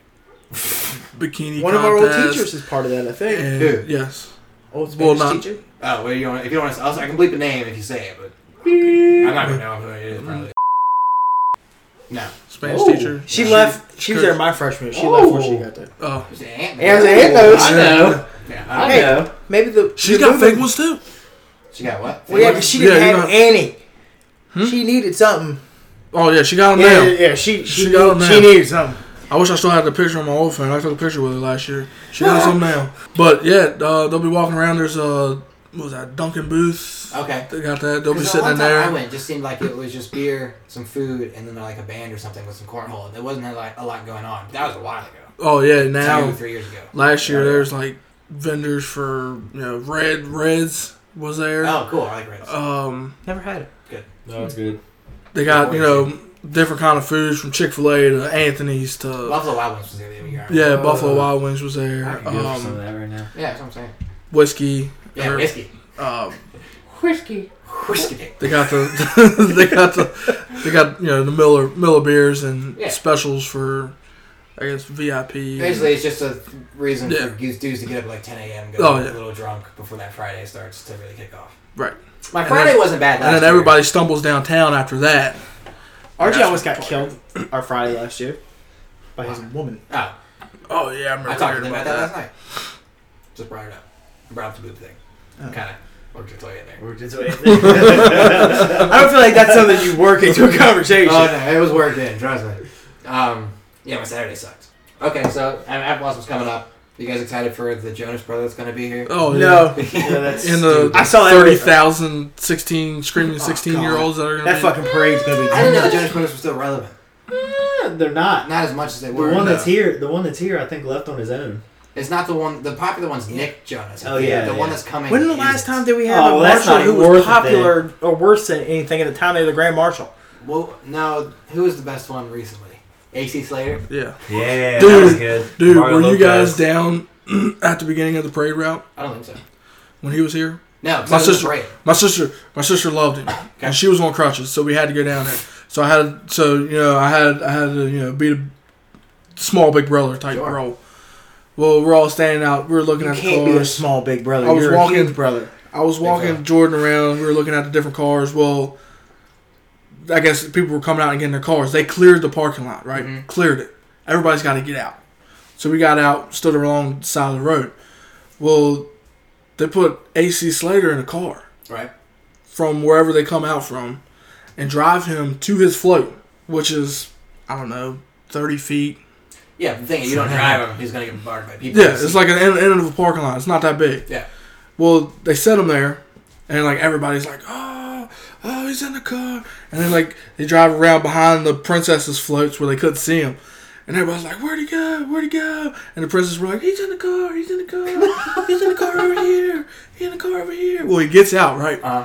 Speaker 4: bikini.
Speaker 1: one of our old
Speaker 4: contest
Speaker 1: teachers is part of that, I think.
Speaker 4: and-
Speaker 3: Who?
Speaker 4: yes,
Speaker 1: Old
Speaker 4: Well,
Speaker 1: Spanish
Speaker 4: not-
Speaker 1: teacher.
Speaker 3: Oh, well, you don't, if you don't want to, also, I can bleep the name if you say it, but I'm not gonna know who it is. Probably. No,
Speaker 4: Spanish
Speaker 5: Oh.
Speaker 4: teacher.
Speaker 1: She
Speaker 4: Yeah.
Speaker 1: left. She was
Speaker 4: Kurt-
Speaker 1: there my freshman. year. She left when she got there.
Speaker 4: Oh,
Speaker 3: it's an ant.
Speaker 1: And I was like, "Hey, those."
Speaker 5: I know.
Speaker 3: Yeah, I
Speaker 5: I
Speaker 3: don't-
Speaker 1: Hey.
Speaker 5: know.
Speaker 1: Maybe the
Speaker 4: she's
Speaker 1: the
Speaker 4: got
Speaker 1: movement-
Speaker 4: fake ones too.
Speaker 3: She got what?
Speaker 1: Well, yeah, 'cause she
Speaker 4: Yeah,
Speaker 1: didn't
Speaker 4: you're
Speaker 1: have
Speaker 4: not-
Speaker 1: any. She needed something.
Speaker 4: Oh yeah, she got them
Speaker 1: Yeah,
Speaker 4: now.
Speaker 1: yeah, yeah, She she,
Speaker 4: She got
Speaker 1: need-
Speaker 4: them
Speaker 1: she
Speaker 4: now.
Speaker 1: needed something.
Speaker 4: I wish I still had the picture on my old phone. I took a picture with her last year. She got some now. But yeah, uh, they'll be walking around. There's a what was that Dunkin' booth?
Speaker 3: Okay.
Speaker 4: They got that. They'll be
Speaker 3: 'Cause the
Speaker 4: sitting
Speaker 3: one
Speaker 4: in
Speaker 3: time
Speaker 4: there.
Speaker 3: I went, it just seemed like it was just beer, some food, and then like a band or something with some cornhole. There wasn't like a lot going on. That was a while ago.
Speaker 4: Oh yeah, now
Speaker 3: Two, three years ago.
Speaker 4: last year
Speaker 3: Oh, Yeah.
Speaker 4: there's like vendors for you know red reds was there.
Speaker 3: Oh, cool. I like Reds.
Speaker 4: Um,
Speaker 1: Never had it.
Speaker 5: No, it's good.
Speaker 4: they got you know different kind of foods from Chick Fil A to Anthony's to
Speaker 3: Buffalo Wild Wings was there the other year.
Speaker 4: yeah
Speaker 5: Uh,
Speaker 4: Buffalo Wild Wings was
Speaker 5: I
Speaker 4: there.
Speaker 5: can go for some of
Speaker 4: Um,
Speaker 5: that right now.
Speaker 3: Yeah, that's what I'm saying.
Speaker 4: whiskey.
Speaker 3: Yeah,
Speaker 4: or,
Speaker 3: whiskey.
Speaker 4: um,
Speaker 3: Whiskey dick.
Speaker 4: They got the they got the they got you know the Miller Miller beers and
Speaker 3: Yeah.
Speaker 4: specials for I guess VIP.
Speaker 3: Basically, it's just a reason for
Speaker 4: Yeah.
Speaker 3: goose dudes to get up at like 10 a.m. go
Speaker 4: Oh, yeah.
Speaker 3: a little drunk before that Friday starts to really kick off.
Speaker 4: Right.
Speaker 3: My
Speaker 4: And
Speaker 3: Friday
Speaker 4: then-
Speaker 3: wasn't bad. Last
Speaker 4: and then
Speaker 3: year.
Speaker 4: everybody stumbles downtown after that.
Speaker 1: RJ
Speaker 4: Yeah.
Speaker 1: almost got killed our Friday last year by his woman.
Speaker 3: Oh,
Speaker 4: Oh yeah, I remember
Speaker 3: I talked to
Speaker 4: hearing
Speaker 3: them
Speaker 4: about
Speaker 3: about that
Speaker 4: that.
Speaker 3: last night. Just brought it up. Brought up the boob thing.
Speaker 4: Oh.
Speaker 3: Kind of worked its way in there.
Speaker 5: We're just waiting.
Speaker 1: I don't feel like that's something you work into a conversation.
Speaker 3: Oh no, it was worth it. Trust me. Um, yeah, my Saturday sucked. Okay, so I mean, Apple Blossom's coming up. You guys excited for the Jonas Brothers going to be here?
Speaker 4: Oh
Speaker 1: no,
Speaker 4: yeah. in the
Speaker 1: I saw that-
Speaker 4: 30,000 16 screaming
Speaker 3: Oh,
Speaker 4: 16 year olds that are gonna
Speaker 1: that
Speaker 4: be,
Speaker 1: fucking parade's gonna be.
Speaker 3: I didn't know the Jonas Brothers were still relevant.
Speaker 5: Eh, They're not.
Speaker 3: Not as much as they
Speaker 5: The
Speaker 3: were.
Speaker 5: one
Speaker 3: no.
Speaker 5: that's here, the one that's here, I think left on his own.
Speaker 3: It's not the one. The popular one's Nick Jonas.
Speaker 5: Oh, yeah,
Speaker 3: the one
Speaker 5: yeah.
Speaker 3: that's coming.
Speaker 1: When the
Speaker 3: is-
Speaker 1: last time did we have
Speaker 5: Oh,
Speaker 1: a
Speaker 5: well, that's
Speaker 1: marshal
Speaker 5: not
Speaker 1: who
Speaker 5: even worth
Speaker 1: was
Speaker 5: it
Speaker 1: popular or worse than anything at the time they were the grand marshal?
Speaker 3: Well, no. Who was the best one recently? AC Slater.
Speaker 4: yeah.
Speaker 5: Yeah,
Speaker 4: Dude,
Speaker 5: good.
Speaker 4: Dude,
Speaker 5: Mario
Speaker 4: were you guys
Speaker 5: Lopez.
Speaker 4: down at the beginning of the parade route
Speaker 3: I don't think so.
Speaker 4: when he was here?
Speaker 3: No,
Speaker 4: My
Speaker 3: my sister.
Speaker 4: sister- My sister, my sister loved him, and she was on crutches, so we had to go down there. So I had, so you know, I had, I had to, you know, be the small big brother type
Speaker 3: Sure.
Speaker 4: role. Well, we're all standing out. We were looking
Speaker 1: You
Speaker 4: at
Speaker 1: can't
Speaker 4: the
Speaker 1: be a
Speaker 4: cars.
Speaker 1: small big brother.
Speaker 4: I was
Speaker 1: You're
Speaker 4: walking-
Speaker 1: a huge brother.
Speaker 4: I was walking
Speaker 3: Exactly.
Speaker 4: Jordan around. We were looking at the different cars. Well, I guess people were coming out and getting their cars. They cleared the parking lot, right?
Speaker 3: Mhm.
Speaker 4: Cleared it. Everybody's got to get out. So we got out, stood along the side of the road. Well, they put AC Slater in a car.
Speaker 3: Right.
Speaker 4: from wherever they come out from and drive him to his float, which is, I don't know, 30 feet.
Speaker 3: Yeah, the thing is, you don't drive him, he's gonna get bombarded by people.
Speaker 4: Yeah, it's like an end, end of a parking lot. It's not that big.
Speaker 3: Yeah.
Speaker 4: Well, they set him there, and like everybody's like, oh, oh, he's in the car. And then like they drive around behind the princess's floats where they couldn't see him. And everybody's like, where'd he go? Where'd he go? And the princess were like, he's in the car. He's in the car. He's in the car over here. He's in the car over here. Well, he gets out, right?
Speaker 3: Uh,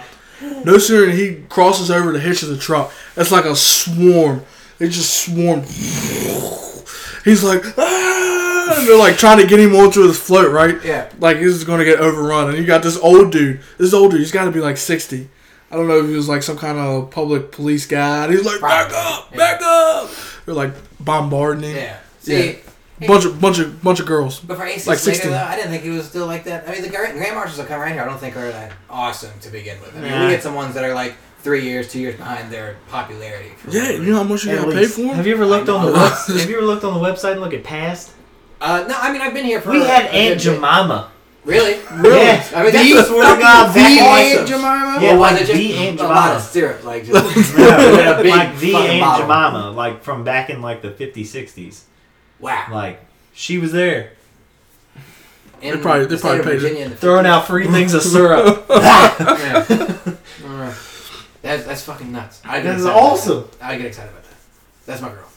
Speaker 4: No sooner than he crosses over the hitch of the truck, it's like a swarm. They just swarm. He's like, ah! and they're like trying to get him onto his float, right?
Speaker 3: Yeah.
Speaker 4: Like he's going to get overrun, and you got this old dude. This old dude, he's got to be like sixty. I don't know if he was like some kind of public police guy. And he's like, back
Speaker 3: Probably,
Speaker 4: up,
Speaker 3: yeah.
Speaker 4: back up. They're like bombarding him.
Speaker 3: yeah. See,
Speaker 4: Yeah. Bunch of bunch of bunch of girls.
Speaker 3: but for AC
Speaker 4: Like
Speaker 3: Slater
Speaker 4: 16.
Speaker 3: though, I didn't think he was still like that. I mean, the grand, grand marshals that come around here, I don't think are that awesome to begin with. I mean,
Speaker 1: Nah.
Speaker 3: we get some ones that are like three years, two years behind their popularity. for
Speaker 4: Yeah,
Speaker 3: whatever
Speaker 4: you know how much you
Speaker 1: At
Speaker 4: got to pay
Speaker 1: least.
Speaker 4: for him?
Speaker 5: Have you ever looked on the
Speaker 4: I know.
Speaker 5: website? Have you ever looked on the website and look at past?
Speaker 3: Uh, no, I mean I've been here for.
Speaker 5: We
Speaker 3: a-
Speaker 5: had
Speaker 3: a
Speaker 5: Aunt
Speaker 3: good bit.
Speaker 5: Jemima.
Speaker 3: Really?
Speaker 5: Really? Yeah.
Speaker 3: I mean, that's
Speaker 5: The-
Speaker 3: the sort of guy.
Speaker 5: the Aunt
Speaker 3: Jemima.
Speaker 5: Yeah,
Speaker 3: Or was
Speaker 5: like
Speaker 3: it just
Speaker 5: the Aunt
Speaker 3: a lot of
Speaker 5: Jemima.
Speaker 3: syrup, like just a big
Speaker 5: like the
Speaker 3: fucking
Speaker 5: Aunt
Speaker 3: bottle.
Speaker 5: Jemima, like from back in like the 50s, 60s.
Speaker 3: Wow.
Speaker 5: Like she was there.
Speaker 3: in
Speaker 4: probably- they
Speaker 3: the state
Speaker 4: probably
Speaker 3: of
Speaker 4: paid it.
Speaker 3: Virginia in the
Speaker 5: Throwing out free things of syrup.
Speaker 3: Yeah. Mm. That's, that's fucking nuts. I get
Speaker 2: That is
Speaker 3: excited about
Speaker 2: awesome.
Speaker 3: that. I get excited about that. That's my girl.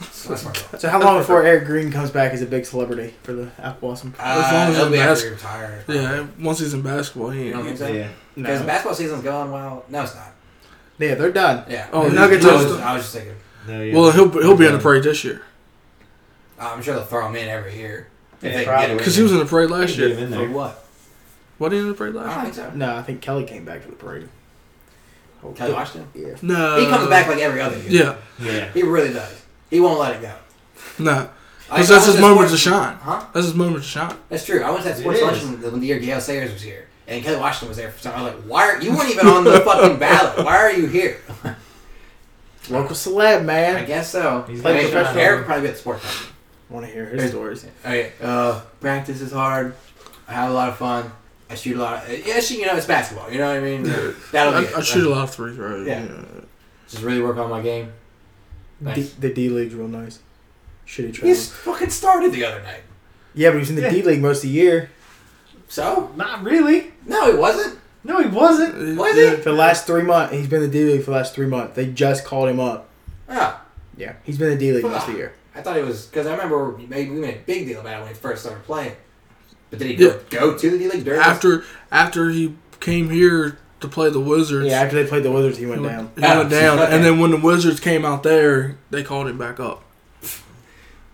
Speaker 3: That's my girl.
Speaker 1: So how long before Eric Green comes back as a big celebrity for the Apple Blossom?
Speaker 3: Uh,
Speaker 4: long as
Speaker 3: it'll
Speaker 4: I'm
Speaker 3: be after
Speaker 4: asked-
Speaker 3: you retire.
Speaker 4: Yeah, once he's in basketball, he
Speaker 3: You know what I'm
Speaker 4: ain't.
Speaker 3: saying?
Speaker 5: yeah.
Speaker 3: Because
Speaker 1: No.
Speaker 3: basketball season's going well. No, it's not.
Speaker 1: Yeah, they're done.
Speaker 3: Yeah.
Speaker 4: Oh,
Speaker 1: The
Speaker 4: yeah.
Speaker 1: Nuggets
Speaker 3: I
Speaker 1: are-
Speaker 3: was, I was just thinking.
Speaker 5: No, yeah.
Speaker 4: Well, he'll he'll be in the parade this year
Speaker 3: uh, I'm sure they'll throw him in every year. If
Speaker 5: Yeah,
Speaker 3: they can
Speaker 5: probably.
Speaker 3: get
Speaker 4: because he was in the parade last
Speaker 5: Get him
Speaker 4: year.
Speaker 5: in
Speaker 3: For
Speaker 5: there.
Speaker 3: what?
Speaker 4: What he in the parade
Speaker 3: I don't
Speaker 4: last
Speaker 3: think
Speaker 4: year?
Speaker 3: so.
Speaker 1: No, I think Kelly came back for the parade. Oh,
Speaker 3: Kelly Washington?
Speaker 1: Yeah.
Speaker 4: No,
Speaker 3: Uh, he comes back like every other year.
Speaker 4: Yeah,
Speaker 5: Yeah.
Speaker 3: He really does. He won't let it go.
Speaker 4: no,
Speaker 3: I- I
Speaker 4: because
Speaker 3: was
Speaker 4: that's his
Speaker 3: at
Speaker 4: moment to
Speaker 3: sports-
Speaker 4: shine.
Speaker 3: Huh?
Speaker 4: That's his moment to shine.
Speaker 3: That's true. I went to that
Speaker 5: It
Speaker 3: sports
Speaker 5: is.
Speaker 3: luncheon the, the year Gail Sayers was here, and Kelly Washington was there for some. I was like, "Why are you weren't even on the fucking ballot? Why are you here?"
Speaker 1: Local celeb,
Speaker 3: I
Speaker 1: man.
Speaker 3: guess so.
Speaker 5: He's
Speaker 3: I mean,
Speaker 1: playing professional.
Speaker 3: Eric would probably be at the sports luncheon.
Speaker 1: want to hear his stories.
Speaker 3: Okay, uh, practice is hard. I have a lot of fun. I shoot a lot. Of, yeah, she, you know, it's basketball. You know what I mean? That'll be.
Speaker 4: I,
Speaker 3: it.
Speaker 4: I shoot a lot of three throws.
Speaker 3: Yeah.
Speaker 4: Yeah.
Speaker 3: Just really work on my game.
Speaker 1: D, the D League's real nice. Shitty
Speaker 3: He
Speaker 1: travel.
Speaker 3: fucking started the other night.
Speaker 1: Yeah, but he was in the
Speaker 5: Yeah.
Speaker 1: D League most of the year.
Speaker 3: So
Speaker 5: Not really.
Speaker 3: no, he wasn't.
Speaker 5: No, he wasn't.
Speaker 3: Was
Speaker 4: Yeah.
Speaker 3: he?
Speaker 1: For the last three months, he's been in the D League for the last three months. They just called him up.
Speaker 3: Oh,
Speaker 1: Yeah, he's been in the D League most of the year.
Speaker 3: I thought it was because I remember we made, we made a big deal about it when he first started playing. But did he go, go to the D League during this-
Speaker 4: After after he came here to play the Wizards,
Speaker 1: Yeah, after they played the Wizards, he
Speaker 4: he
Speaker 1: went
Speaker 4: went
Speaker 1: down.
Speaker 4: He
Speaker 3: Oh,
Speaker 4: went down,
Speaker 3: okay.
Speaker 4: and then when the Wizards came out there, they called him back up.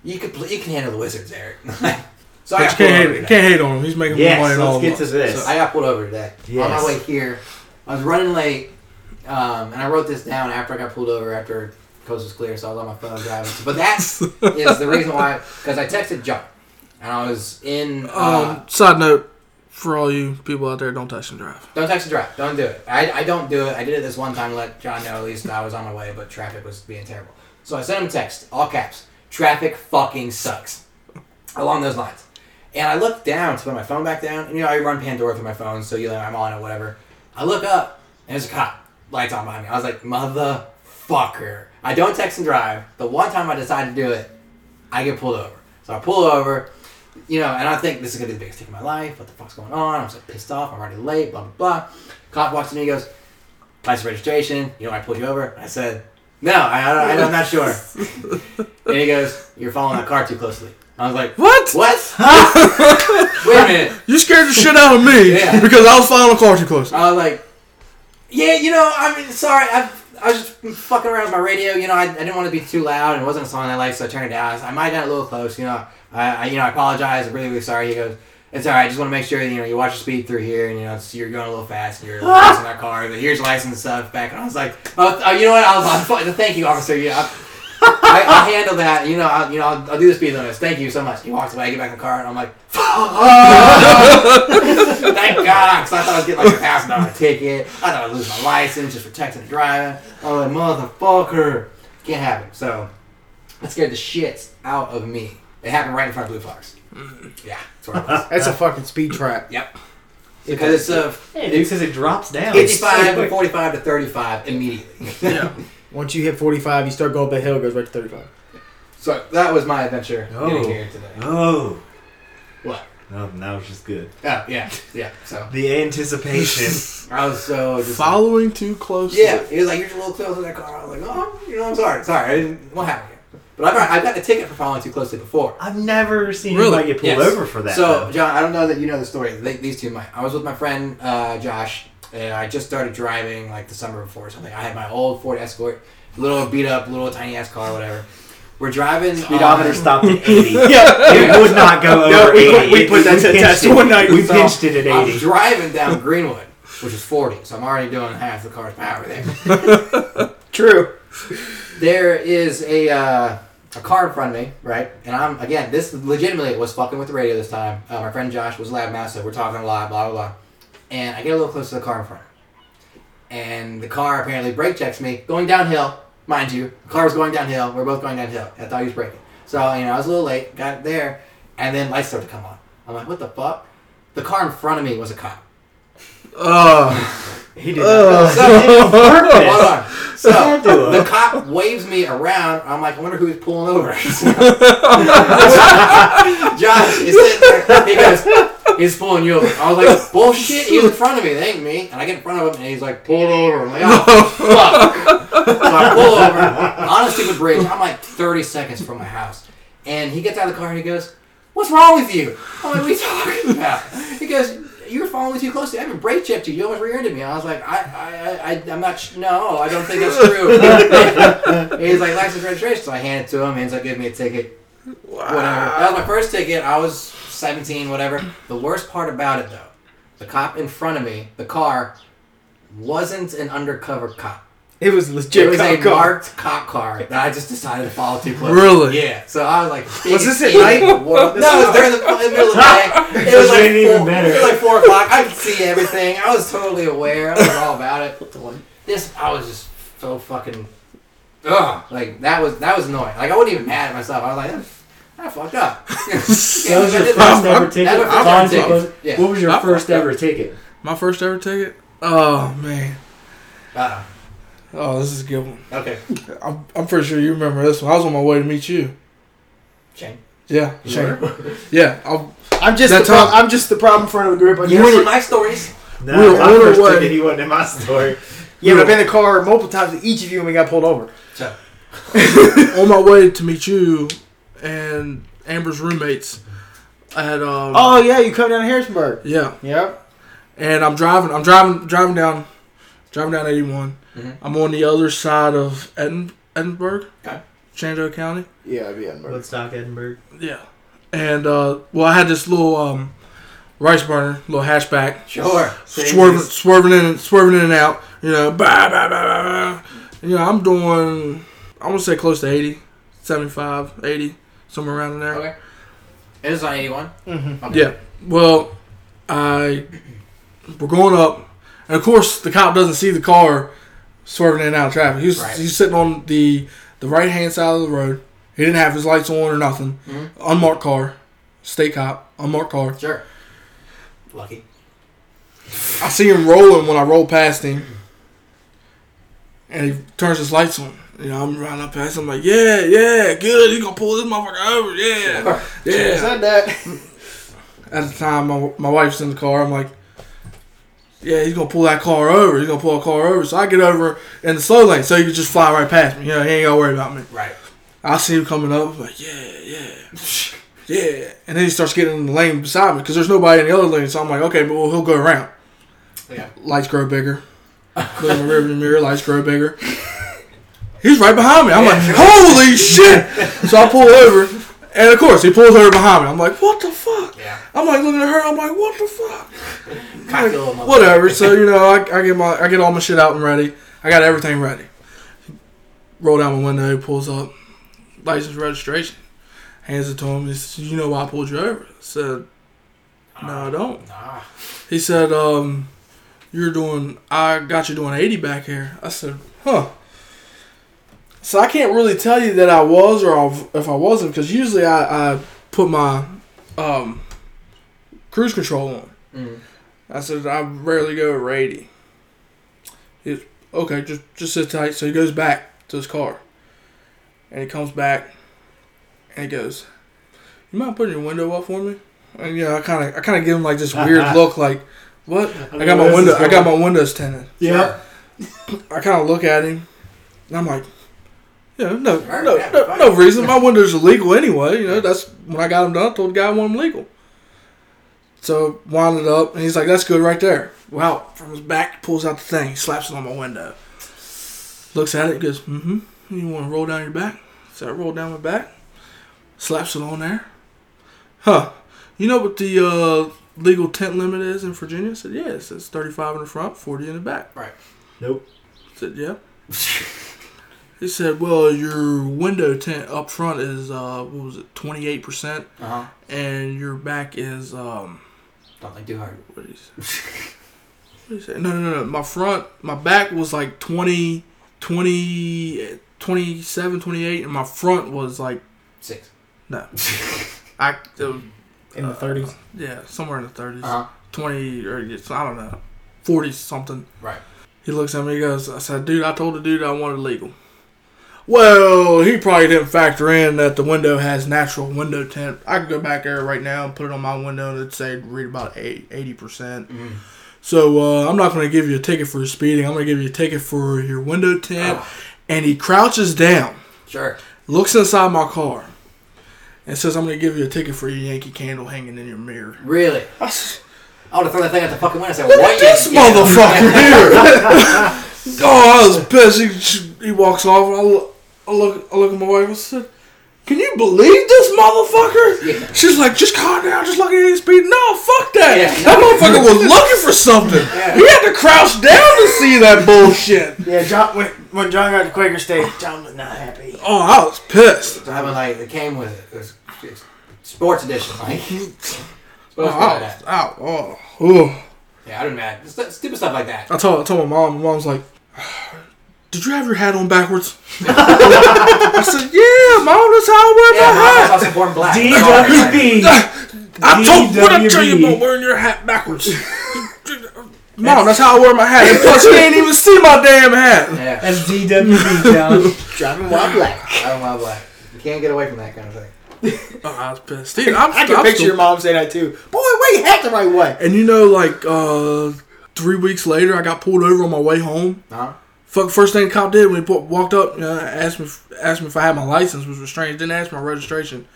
Speaker 3: You could pl- you can handle the Wizards, Eric. so I
Speaker 4: But
Speaker 3: got
Speaker 4: you
Speaker 3: pulled
Speaker 4: can't
Speaker 3: over
Speaker 4: hate,
Speaker 3: today.
Speaker 4: can't hate on him. He's making
Speaker 5: Yes,
Speaker 4: more money than all
Speaker 5: let's
Speaker 4: of
Speaker 5: get
Speaker 4: us.
Speaker 5: to this.
Speaker 3: So I got pulled over today on
Speaker 5: Yes.
Speaker 3: my way here. I was running late, um, and I wrote this down after I got pulled over after coast was clear, so I was on my phone driving. But that is the reason why because I texted John, and I was in. Uh,
Speaker 4: Um, side note for all you people out there, don't touch and drive.
Speaker 3: don't text and drive. Don't do it. I, I don't do it. I did it this one time. to Let John know at least I was on my way, but traffic was being terrible. So I sent him a text, all caps. Traffic fucking sucks. Along those lines. And I look down to put my phone back down. And you know, I run Pandora through my phone, so you know I'm on it, whatever. I look up, and there's a cop lights on behind me. I was like, motherfucker. I don't text and drive. The one time I decide to do it, I get pulled over. So I pull over, you know, and I think this is gonna be the biggest thing in my life. What the fuck's going on? I'm so pissed off. I'm already late. Blah blah blah. Cop walks to me. He goes, "License registration. You know, I pulled you over." I said, "No, I, I don't, I'm not sure." and he goes, "You're following that car too closely." I was like,
Speaker 4: What?
Speaker 3: "What? Wait a minute."
Speaker 4: You scared the shit out of me
Speaker 3: Yeah.
Speaker 4: because I was following the car too close.
Speaker 3: I was Uh, like, yeah, you know, I mean, sorry, I, I was just fucking around with my radio. You know, I, I didn't want to be too loud, and it wasn't a song I liked, so I turned it down. I, was- I might have got a little close, you know. I, I you know, I apologize. I'm really, really sorry. He goes, it's all right. I just want to make sure you know you watch your speed through here, and you know it's, you're going a little fast, and you're in our car. But here's your license and stuff back, and I was like, oh, oh you know what? I was on. fu- Thank you, officer. Yeah. I, I, I'll handle that. You know, I'll, you know, I'll, I'll do the speed limits. Thank you so much. He walks away. I get back in the car, and I'm like, Thank God, because I thought I was getting like a thousand dollar ticket. I thought I'd lose my license just for texting and driving. I was like, motherfucker, can't happen. So that scared the shit out of me. It happened right in front of Blue Fox. Yeah, that's where it was.
Speaker 1: That's a fucking speed trap.
Speaker 3: Yep. Because it's uh,
Speaker 5: Hey, dude, because it drops down.
Speaker 3: fifty-five to forty-five to thirty-five immediately.
Speaker 1: Once you hit 45, you start going up the hill, it goes right to 35.
Speaker 3: so that was my adventure
Speaker 5: Oh.
Speaker 3: getting here today.
Speaker 5: Oh.
Speaker 3: What?
Speaker 5: No, that was just good.
Speaker 3: Oh yeah, yeah. So
Speaker 5: The anticipation.
Speaker 3: I was so just like-
Speaker 4: Following too close.
Speaker 3: Yeah, he was like, "You're just a little close to that car." I was like, "Oh, you know, I'm sorry, sorry, I didn't, what happened?" Here? But I've got- I've gotten a ticket for following too closely before.
Speaker 5: I've never seen
Speaker 4: Really?
Speaker 5: anybody get pulled
Speaker 3: Yes.
Speaker 5: over for that.
Speaker 3: so,
Speaker 5: though.
Speaker 3: John, I don't know that you know the story. They, these two might. I was with my friend uh, Josh, and I just started driving like the summer before or something. I had my old Ford Escort, little beat up, little tiny ass car, whatever. We're driving.
Speaker 5: speedometer
Speaker 3: on-
Speaker 5: stopped at 80. It would not go
Speaker 1: um, No,
Speaker 5: over
Speaker 1: we
Speaker 5: 80.
Speaker 1: put- we put that to
Speaker 5: pinched
Speaker 1: test
Speaker 5: it.
Speaker 1: one night.
Speaker 5: We
Speaker 1: So,
Speaker 5: pinched it at
Speaker 3: I'm
Speaker 5: 80.
Speaker 3: driving down Greenwood, which is 40, so I'm already doing half the car's power there.
Speaker 1: True.
Speaker 3: there is a uh, a car in front of me, right? And I'm again, this legitimately was fucking with the radio this time. Uh, my friend Josh was loud mouth, so we're talking a lot, blah blah blah. And I get a little close to the car in front, of me. and the car apparently brake checks me going downhill, mind you. The car was going downhill. We're both going downhill. I thought he was braking, so you know I was a little late. Got there, and then lights started to come on. I'm like, what the fuck? The car in front of me was a cop.
Speaker 4: Oh.
Speaker 5: He did. Not.
Speaker 3: Hold
Speaker 5: Purpose.
Speaker 3: on. So
Speaker 5: Can't do it.
Speaker 3: the cop waves me around. I'm like, I wonder who's pulling over. Josh is sitting there. He goes, he's pulling you over. I was like, bullshit. He was in front of me. It ain't me. And I get in front of him, and he's like, pull over. I'm like, oh fuck. so I pull over on a stupid bridge. I'm like 30 seconds from my house, and he gets out of the car and he goes, "What's wrong with you?" I'm like, "What are you talking about?" He goes. You were following me too closely. I haven't brake checked you. You almost rear-ended me. I was like, I, I, I, I'm not. Sh- no, I don't think that's true. he's like, license registration. So I hand it to him. and He's like, give me a ticket whatever. That was my first ticket. I was 17, whatever. The worst part about it, though, the cop in front of me, the car, wasn't an undercover cop.
Speaker 1: It was legit.
Speaker 3: it was
Speaker 1: cop
Speaker 3: a
Speaker 1: car.
Speaker 3: marked cop car that I just decided to follow too close.
Speaker 4: Really?
Speaker 3: Yeah. So I was like,
Speaker 1: Was this at
Speaker 3: idiot
Speaker 1: night?
Speaker 3: in the world. No, it was during the, in the middle of the day. It was
Speaker 5: This
Speaker 3: like
Speaker 5: ain't even
Speaker 3: four,
Speaker 5: better.
Speaker 3: It was like four o'clock. I could see everything. I was totally aware. I was all about it. This, I was just so fucking. Ugh. Like that was that was annoying. Like I wasn't even mad at myself. I was like, I fucked up.
Speaker 5: That was your
Speaker 3: I did
Speaker 5: first
Speaker 3: that.
Speaker 5: ever ticket.
Speaker 3: That was
Speaker 5: As
Speaker 3: my
Speaker 5: long as
Speaker 3: first
Speaker 5: it was-
Speaker 3: ticket. Yeah.
Speaker 5: What was your
Speaker 4: I
Speaker 5: first
Speaker 4: fucked up.
Speaker 5: ever ticket?
Speaker 4: My first ever ticket. Oh man.
Speaker 3: Uh,
Speaker 4: Oh, this is a good one.
Speaker 3: okay.
Speaker 4: I'm, I'm pretty sure you remember this one. I was on my way to meet you.
Speaker 3: Shane.
Speaker 4: Yeah, Shane. Yeah, I,
Speaker 1: I'm just
Speaker 4: That's
Speaker 1: the prob-
Speaker 4: all.
Speaker 1: I'm just the problem in front of the group. I
Speaker 3: You
Speaker 1: guess.
Speaker 3: were in my stories.
Speaker 5: No,
Speaker 4: We were
Speaker 5: my
Speaker 4: on our
Speaker 5: first
Speaker 4: way.
Speaker 5: ticket. He wasn't in my story.
Speaker 1: yeah, but I've been in the car multiple times with each of you, and we got pulled over.
Speaker 3: So,
Speaker 4: on my way to meet you and Amber's roommates at um
Speaker 1: Oh yeah, you come down to Harrisburg.
Speaker 4: yeah.
Speaker 1: Yep.
Speaker 4: And I'm driving I'm driving driving down driving down 81.
Speaker 3: Mhm.
Speaker 4: I'm on the other side of Edin, Edinburgh.
Speaker 3: Okay.
Speaker 4: Shenandoah County.
Speaker 2: Yeah, I'd be Edinburgh.
Speaker 5: Woodstock, Edinburgh.
Speaker 4: Yeah. And uh well I had this little um rice burner, little hatchback.
Speaker 3: sure.
Speaker 4: swerving, swerving in, and swerving in and out. You know, bah, bah, bah, bah, bah. You know, I'm doing, I'm gonna say close to 80, 75, 80, somewhere around in there.
Speaker 3: Okay. It was on 81.
Speaker 4: Yeah. Well, I we're going up, and of course the cop doesn't see the car swerving in and out of traffic. He's
Speaker 3: Right.
Speaker 4: he's sitting on the the right hand side of the road. He didn't have his lights on or nothing.
Speaker 3: Mhm.
Speaker 4: Unmarked car, state cop, unmarked car.
Speaker 3: Sure. Lucky.
Speaker 4: I see him rolling when I roll past him, and he turns his lights on. You know, I'm running up past him like, yeah, yeah, good. He gonna pull this motherfucker over, yeah, yeah.
Speaker 1: Said that.
Speaker 4: At the time, my, my wife's in the car. I'm like, yeah, he's gonna pull that car over. He's gonna pull a car over. So I get over in the slow lane, so he can just fly right past me. You know, he ain't gotta worry about me.
Speaker 3: Right.
Speaker 4: I see him coming up, like, yeah, yeah, yeah. And then he starts getting in the lane beside me because there's nobody in the other lane. So I'm like, okay, but well, he'll go around
Speaker 3: Yeah.
Speaker 4: lights grow bigger. Look in the rearview mirror, lights grow bigger. He's right behind me. I'm like, holy shit! So I pull over, and of course he pulls over behind me. I'm like, what the fuck?
Speaker 3: Yeah.
Speaker 4: I'm like looking at her. I'm like, what the fuck?
Speaker 3: Cocky little mother.
Speaker 4: Whatever. So you know, I, I get my I get all my shit out and ready. I got everything ready. Roll down my window, pulls up, license registration, hands it to him. He says, "You know why I pulled you over?" I said, "No, I don't."
Speaker 3: Nah.
Speaker 4: He said, um, you're doing, I got you doing 80 back here. I said, huh. So I can't really tell you that I was or I've- if I wasn't because usually I, I put my um, cruise control on.
Speaker 3: Mm.
Speaker 4: I said, I rarely go over 80. He was, okay, just, just sit tight. So he goes back to his car. And he comes back and he goes, you mind putting your window up for me? And you know, I kind of, I kind of give him like this weird look, like, what? I got my
Speaker 5: This is
Speaker 4: window, I
Speaker 5: going-
Speaker 4: got my windows tinted.
Speaker 5: Yeah.
Speaker 4: I kind of look at him, and I'm like, yeah, no,
Speaker 3: Sure,
Speaker 4: no,
Speaker 3: yeah,
Speaker 4: no,
Speaker 3: fine.
Speaker 4: no reason. My windows are legal anyway. You know, that's when I got them done. I told the guy I want them legal. So wound it up, and he's like, "That's good right there." Wow! From his back, pulls out the thing, slaps it on my window. Looks at it, goes, "Mm-hmm." You want to roll down your back? So I roll down my back, slaps it on there. Huh? You know what the uh, legal tent limit is in Virginia? I said, "Yeah, it says 35 in the front, 40 in the back."
Speaker 3: Right.
Speaker 5: Nope.
Speaker 4: said, yeah.
Speaker 3: Mm.
Speaker 4: he said, well, your window tint up front is, uh, what was it, 28%,
Speaker 3: Uh huh.
Speaker 4: and your back is, um,
Speaker 3: Don't think too hard.
Speaker 4: what did he say? what did he say? No, no, no, no. My front, my back was like 20, 20, 27, 28, and my front was like,
Speaker 3: Six.
Speaker 4: no. I, it was,
Speaker 1: In the 30s.
Speaker 4: yeah, somewhere in the 30s.
Speaker 3: Uh huh.
Speaker 4: 20, or it's- I don't know. 40 something.
Speaker 3: Right.
Speaker 4: He looks at me, he goes, I said, dude, I told the dude I wanted legal. Well, he probably didn't factor in that the window has natural window tint. I could go back there right now and put it on my window and it'd say read about eight- 80%. So uh, I'm not going to give you a ticket for speeding. I'm going to give you a ticket for your window tint. And he crouches down,
Speaker 3: Sure.
Speaker 4: looks inside my car, and says, I'm going to give you a ticket for your Yankee candle hanging in your mirror.
Speaker 3: Really?
Speaker 4: I s-
Speaker 3: I would have thrown that thing at the fucking window and said,
Speaker 4: Look
Speaker 3: "What
Speaker 4: at this
Speaker 3: you get?"
Speaker 4: motherfucker here. oh, I was pissed. He, he walks off. and I look, I look, I look at my wife. I said, "Can you believe this motherfucker?"
Speaker 3: Yeah.
Speaker 4: She's like, "Just calm down. Just look at his speed." No, fuck that.
Speaker 3: Yeah.
Speaker 4: That motherfucker was looking for something. He had to crouch down to see that bullshit.
Speaker 1: Yeah, John. When, when John got to Quaker State, John was not happy.
Speaker 4: Oh, I was pissed.
Speaker 3: So I mean, like, it came with it. It was it's sports edition, like.
Speaker 4: Oh,
Speaker 3: Supposed to
Speaker 4: I
Speaker 3: be
Speaker 4: was
Speaker 3: that.
Speaker 4: out. Oh, oh.
Speaker 3: Yeah, I didn't matter. St- Stupid stuff like that.
Speaker 4: I told I told my mom. My mom's like, "Did you have your hat on backwards?" I said, "Yeah, mom. That's how I wear
Speaker 3: Yeah,
Speaker 4: my hat."
Speaker 3: I was also born black. Oh, Sorry.
Speaker 5: DWB.
Speaker 4: I told what I tell you
Speaker 5: DWB.
Speaker 4: about wearing your hat backwards. Mom, that's how I wear my hat. And plus, you ain't even see my damn hat.
Speaker 3: Yeah,
Speaker 5: That's DWB, John.
Speaker 1: Driving while black.
Speaker 3: I'm not black. You can't get away from that kind of thing.
Speaker 4: Oh, I was pissed. Dude, I'm,
Speaker 1: I can
Speaker 4: I'm
Speaker 1: picture
Speaker 4: still-
Speaker 1: your mom saying that too. Boy, where you hat the right way?
Speaker 4: And you know, like uh, three weeks later, I got pulled over on my way home.
Speaker 3: No?
Speaker 4: Fuck, first thing the cop did when he pu- walked up, you know, asked me if- asked me if I had my license, which was strange. Didn't ask my registration.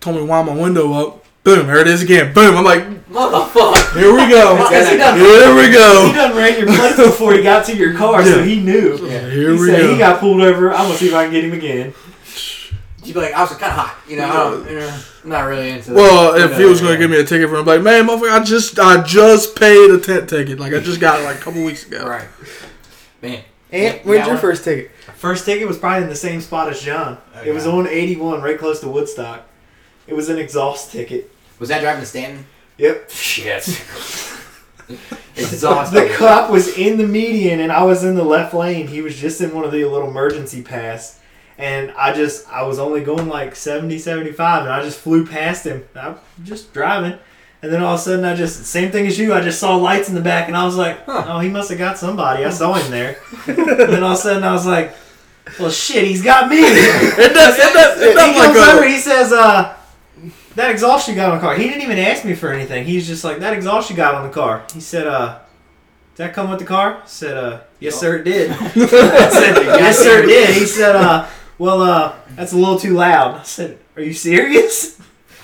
Speaker 4: Told me why my window up. Boom, there it is again. Boom. I'm like,
Speaker 3: Motherfucker!
Speaker 4: here we go.
Speaker 3: Yes, he done.
Speaker 4: Here we
Speaker 5: He
Speaker 4: go.
Speaker 5: done ran your place before he got to your car, so he knew.
Speaker 3: Yeah.
Speaker 4: Here
Speaker 5: he
Speaker 4: we
Speaker 5: said
Speaker 4: go.
Speaker 5: he got pulled over. I'm gonna see if I can get him again.
Speaker 3: You'd be like, I was kind of hot. You know, I don't, you know, I'm not really into that.
Speaker 4: Well, if he was gonna give me a ticket for him, like, man, motherfucker, I just, I just paid a tent ticket. Like, I just got it like a couple weeks ago.
Speaker 3: Right. Man.
Speaker 1: And
Speaker 3: Yeah,
Speaker 1: when's
Speaker 3: yeah,
Speaker 1: your
Speaker 3: I-
Speaker 1: first ticket?
Speaker 5: First ticket was probably in the same spot as John.
Speaker 3: Oh,
Speaker 5: It was
Speaker 3: God.
Speaker 5: on 81, right close to Woodstock. It was an exhaust ticket.
Speaker 3: Was that driving to Stanton?
Speaker 5: Yep.
Speaker 3: Shit. Exhausted.
Speaker 5: The cop was in the median and I was in the left lane. He was just in one of the little emergency pass. And I just, I was only going like 70, 75, and I just flew past him. I'm just driving. And then all of a sudden, I just, same thing as you, I just saw lights in the back, and I was like,
Speaker 3: Huh.
Speaker 5: oh, he must have got somebody. I saw him there. and then all of a sudden, I was like, well, shit, he's got me.
Speaker 4: It does, it does, it
Speaker 5: he
Speaker 4: does
Speaker 5: comes over.
Speaker 4: like
Speaker 5: He says, uh, "That exhaust you got on the car." He didn't even ask me for anything. He's just like, "That exhaust you got on the car." He said, "Uh, did that come with the car?" I said, "Uh, yes, sir, it did." I said, "Yes, sir, it did." He said, "Uh, well, uh, that's a little too loud." I said, "Are you serious?"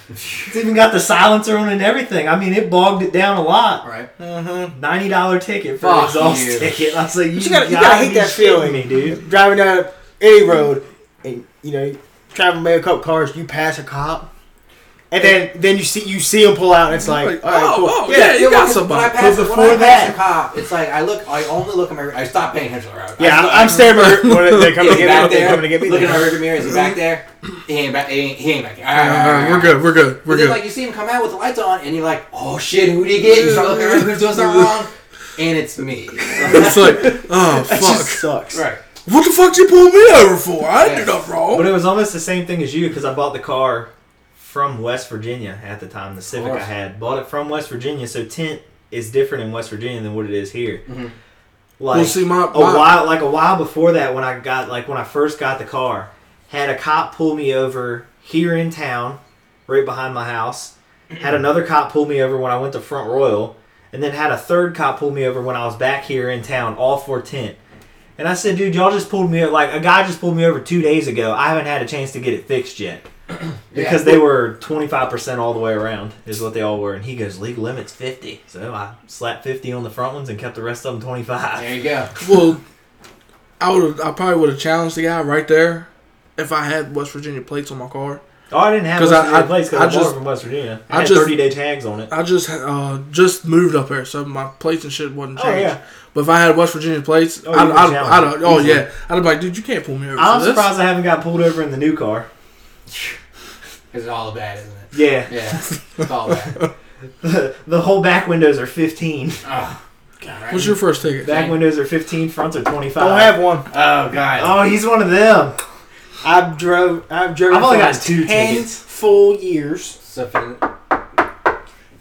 Speaker 5: It's even got the silencer on and everything. I mean, it bogged it down a lot.
Speaker 3: Right.
Speaker 4: uh-huh.
Speaker 5: Ninety dollar ticket for an
Speaker 3: Fuck
Speaker 5: exhaust
Speaker 3: you.
Speaker 5: ticket. I was like, "You,
Speaker 1: you gotta- you
Speaker 5: gotta,
Speaker 1: gotta hate
Speaker 5: be
Speaker 1: that
Speaker 5: shitting
Speaker 1: feeling.
Speaker 5: me, dude."
Speaker 1: Driving down any road, and you know, traveling by a couple cars, you pass a cop, and then then you see you see him pull out, and it's like,
Speaker 4: Like,
Speaker 1: all right,
Speaker 4: oh,
Speaker 1: cool.
Speaker 4: oh, yeah, you got
Speaker 3: When I
Speaker 4: somebody.
Speaker 3: pass,
Speaker 1: But
Speaker 3: before when I pass
Speaker 1: before that-
Speaker 3: the cop, it's like I look. I only look at my. I stop paying attention to the road. I
Speaker 1: Yeah,
Speaker 3: look-
Speaker 1: I'm, I'm staring at her when they're coming
Speaker 3: Is
Speaker 1: to
Speaker 3: he
Speaker 1: get me.
Speaker 3: back
Speaker 1: They're
Speaker 3: there?
Speaker 1: coming to get me.
Speaker 3: Looking at my rearview mirror. Is he back there? He ain't back. He ain't, he ain't back there. All right, all right, all
Speaker 4: Uh,
Speaker 3: right,
Speaker 4: we're good, we're good, we're
Speaker 3: But then,
Speaker 4: good.
Speaker 3: like, you see him come out with the lights on, and you're like, "Oh shit, who did he get?" You start looking around, who's doing something wrong? And it's me.
Speaker 4: It's like, oh
Speaker 1: That just
Speaker 4: fuck,
Speaker 1: sucks.
Speaker 3: right.
Speaker 4: what the fuck you pulled me over for? I didn't
Speaker 3: Yeah.
Speaker 4: do nothing wrong.
Speaker 5: But it was almost the same thing as you because I bought the car from West Virginia at the time. The Civic I
Speaker 3: course.
Speaker 5: had bought it from West Virginia, so tint is different in West Virginia than what it is here.
Speaker 3: Mhm.
Speaker 5: Like
Speaker 4: Well, see, my-
Speaker 5: a
Speaker 4: my-
Speaker 5: while, like a while before that, when I got like when I first got the car, had a cop pull me over here in town, right behind my house. Had another cop pull me over when I went to Front Royal, and then had a third cop pull me over when I was back here in town, all for tint. And I said, dude, y'all just pulled me over. Like, a guy just pulled me over two days ago. I haven't had a chance to get it fixed yet. Because they were 25% all the way around, is what they all were. And he goes, legal limit's 50. So I slapped 50 on the front ones and kept the rest of them 25.
Speaker 3: There you go.
Speaker 4: well, I would, I probably would have challenged the guy right there if I had West Virginia plates on my car.
Speaker 5: Oh, I didn't have
Speaker 4: 'Cause
Speaker 5: West
Speaker 4: I-
Speaker 5: Virginia
Speaker 4: I-
Speaker 5: plates
Speaker 4: I
Speaker 5: because I, bought
Speaker 4: just-
Speaker 5: it from West Virginia. I,
Speaker 4: I
Speaker 5: had
Speaker 4: just-
Speaker 5: 30 day tags on it.
Speaker 4: I just uh, just moved up here, so my plates and shit wasn't
Speaker 5: Oh,
Speaker 4: changed.
Speaker 5: yeah.
Speaker 4: But if I had West Virginia plates,
Speaker 5: Oh, you
Speaker 4: I'd,
Speaker 5: would've
Speaker 4: I'd, I'd,
Speaker 5: challenged
Speaker 4: oh
Speaker 5: easily.
Speaker 4: yeah, I'd be like, dude, you can't pull me over.
Speaker 5: I'm
Speaker 4: for this.
Speaker 5: surprised I haven't got pulled over in the new car.
Speaker 3: It's all bad, isn't it?
Speaker 5: Yeah.
Speaker 3: Yeah, it's all bad.
Speaker 5: the whole back windows are 15.
Speaker 3: Oh, God, right?
Speaker 4: What's your first ticket?
Speaker 5: Back windows are 15, fronts are 25.
Speaker 1: Don't have one.
Speaker 3: Oh God.
Speaker 5: Oh, he's one of them.
Speaker 1: I've drove. I've driven.
Speaker 5: I've only
Speaker 1: for
Speaker 5: got two
Speaker 1: ten
Speaker 5: tickets.
Speaker 1: full years.
Speaker 3: So if you-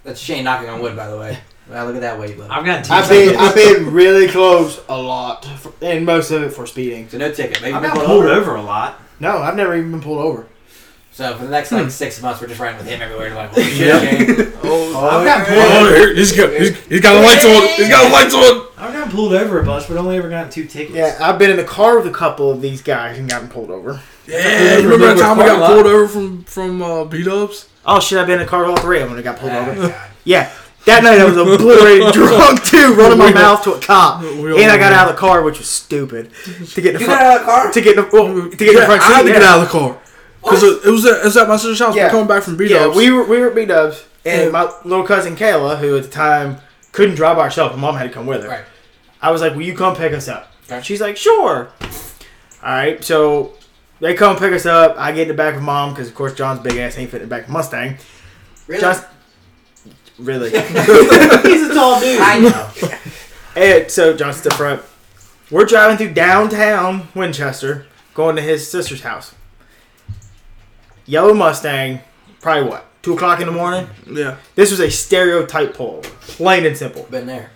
Speaker 3: that's Shane knocking on wood, by the way. Wow, look at that weight limit.
Speaker 5: I've gotten two
Speaker 1: I've been I've been really close a lot, for, and most of it for speeding.
Speaker 3: So no ticket. Maybe
Speaker 5: I've
Speaker 3: we'll
Speaker 5: got
Speaker 3: pull it
Speaker 5: pulled
Speaker 3: over.
Speaker 5: over a lot.
Speaker 1: No, I've never even been pulled over.
Speaker 3: So for the next like six months, we're just riding with him everywhere. Like, holy shit, okay.
Speaker 5: I've gotten pulled
Speaker 4: Oh, here- he's got he's, he's got the lights on. He's got the lights on.
Speaker 5: I've gotten pulled over a bunch, but only ever gotten two tickets.
Speaker 1: Yeah, I've been in the car with a couple of these guys and gotten pulled over.
Speaker 4: Yeah, you remember that time we got pulled over from from uh, beat ups?
Speaker 1: Oh shit! I've been in the car with all three of them and I got pulled
Speaker 3: Oh,
Speaker 1: over.
Speaker 3: God.
Speaker 1: Yeah, that night I was obliterated, drunk too, running my mouth to a cop,
Speaker 4: we all
Speaker 1: and I got
Speaker 4: know.
Speaker 1: out of the car, which was stupid. To get in the
Speaker 3: You got
Speaker 1: front,
Speaker 3: out of the car?
Speaker 1: to get in the, well, to get in the front
Speaker 4: I had
Speaker 1: seat.
Speaker 4: to
Speaker 1: yeah.
Speaker 4: get out of the car because it, it was at, it was at my sister's house.
Speaker 1: Yeah.
Speaker 4: We're coming back from beat
Speaker 1: Yeah,
Speaker 4: ups.
Speaker 1: we were we were at B Dubs,
Speaker 4: Yeah.
Speaker 1: and my little cousin Kayla, who at the time couldn't drive by herself, her mom had to come with her.
Speaker 3: Right.
Speaker 1: I was like, "Will you come pick us up?"
Speaker 3: Okay.
Speaker 1: She's like, "Sure." All right, so they come pick us up. I get in the back of mom because, of course, John's big ass ain't fit in the back of Mustang.
Speaker 3: Really?
Speaker 1: Just really.
Speaker 5: He's a tall dude.
Speaker 3: I know.
Speaker 1: And so John's at the front. We're driving through downtown Winchester, going to his sister's house. Yellow Mustang, probably what two o'clock in the morning.
Speaker 4: yeah,
Speaker 1: This was a stereotype pull, plain and simple.
Speaker 3: Been there.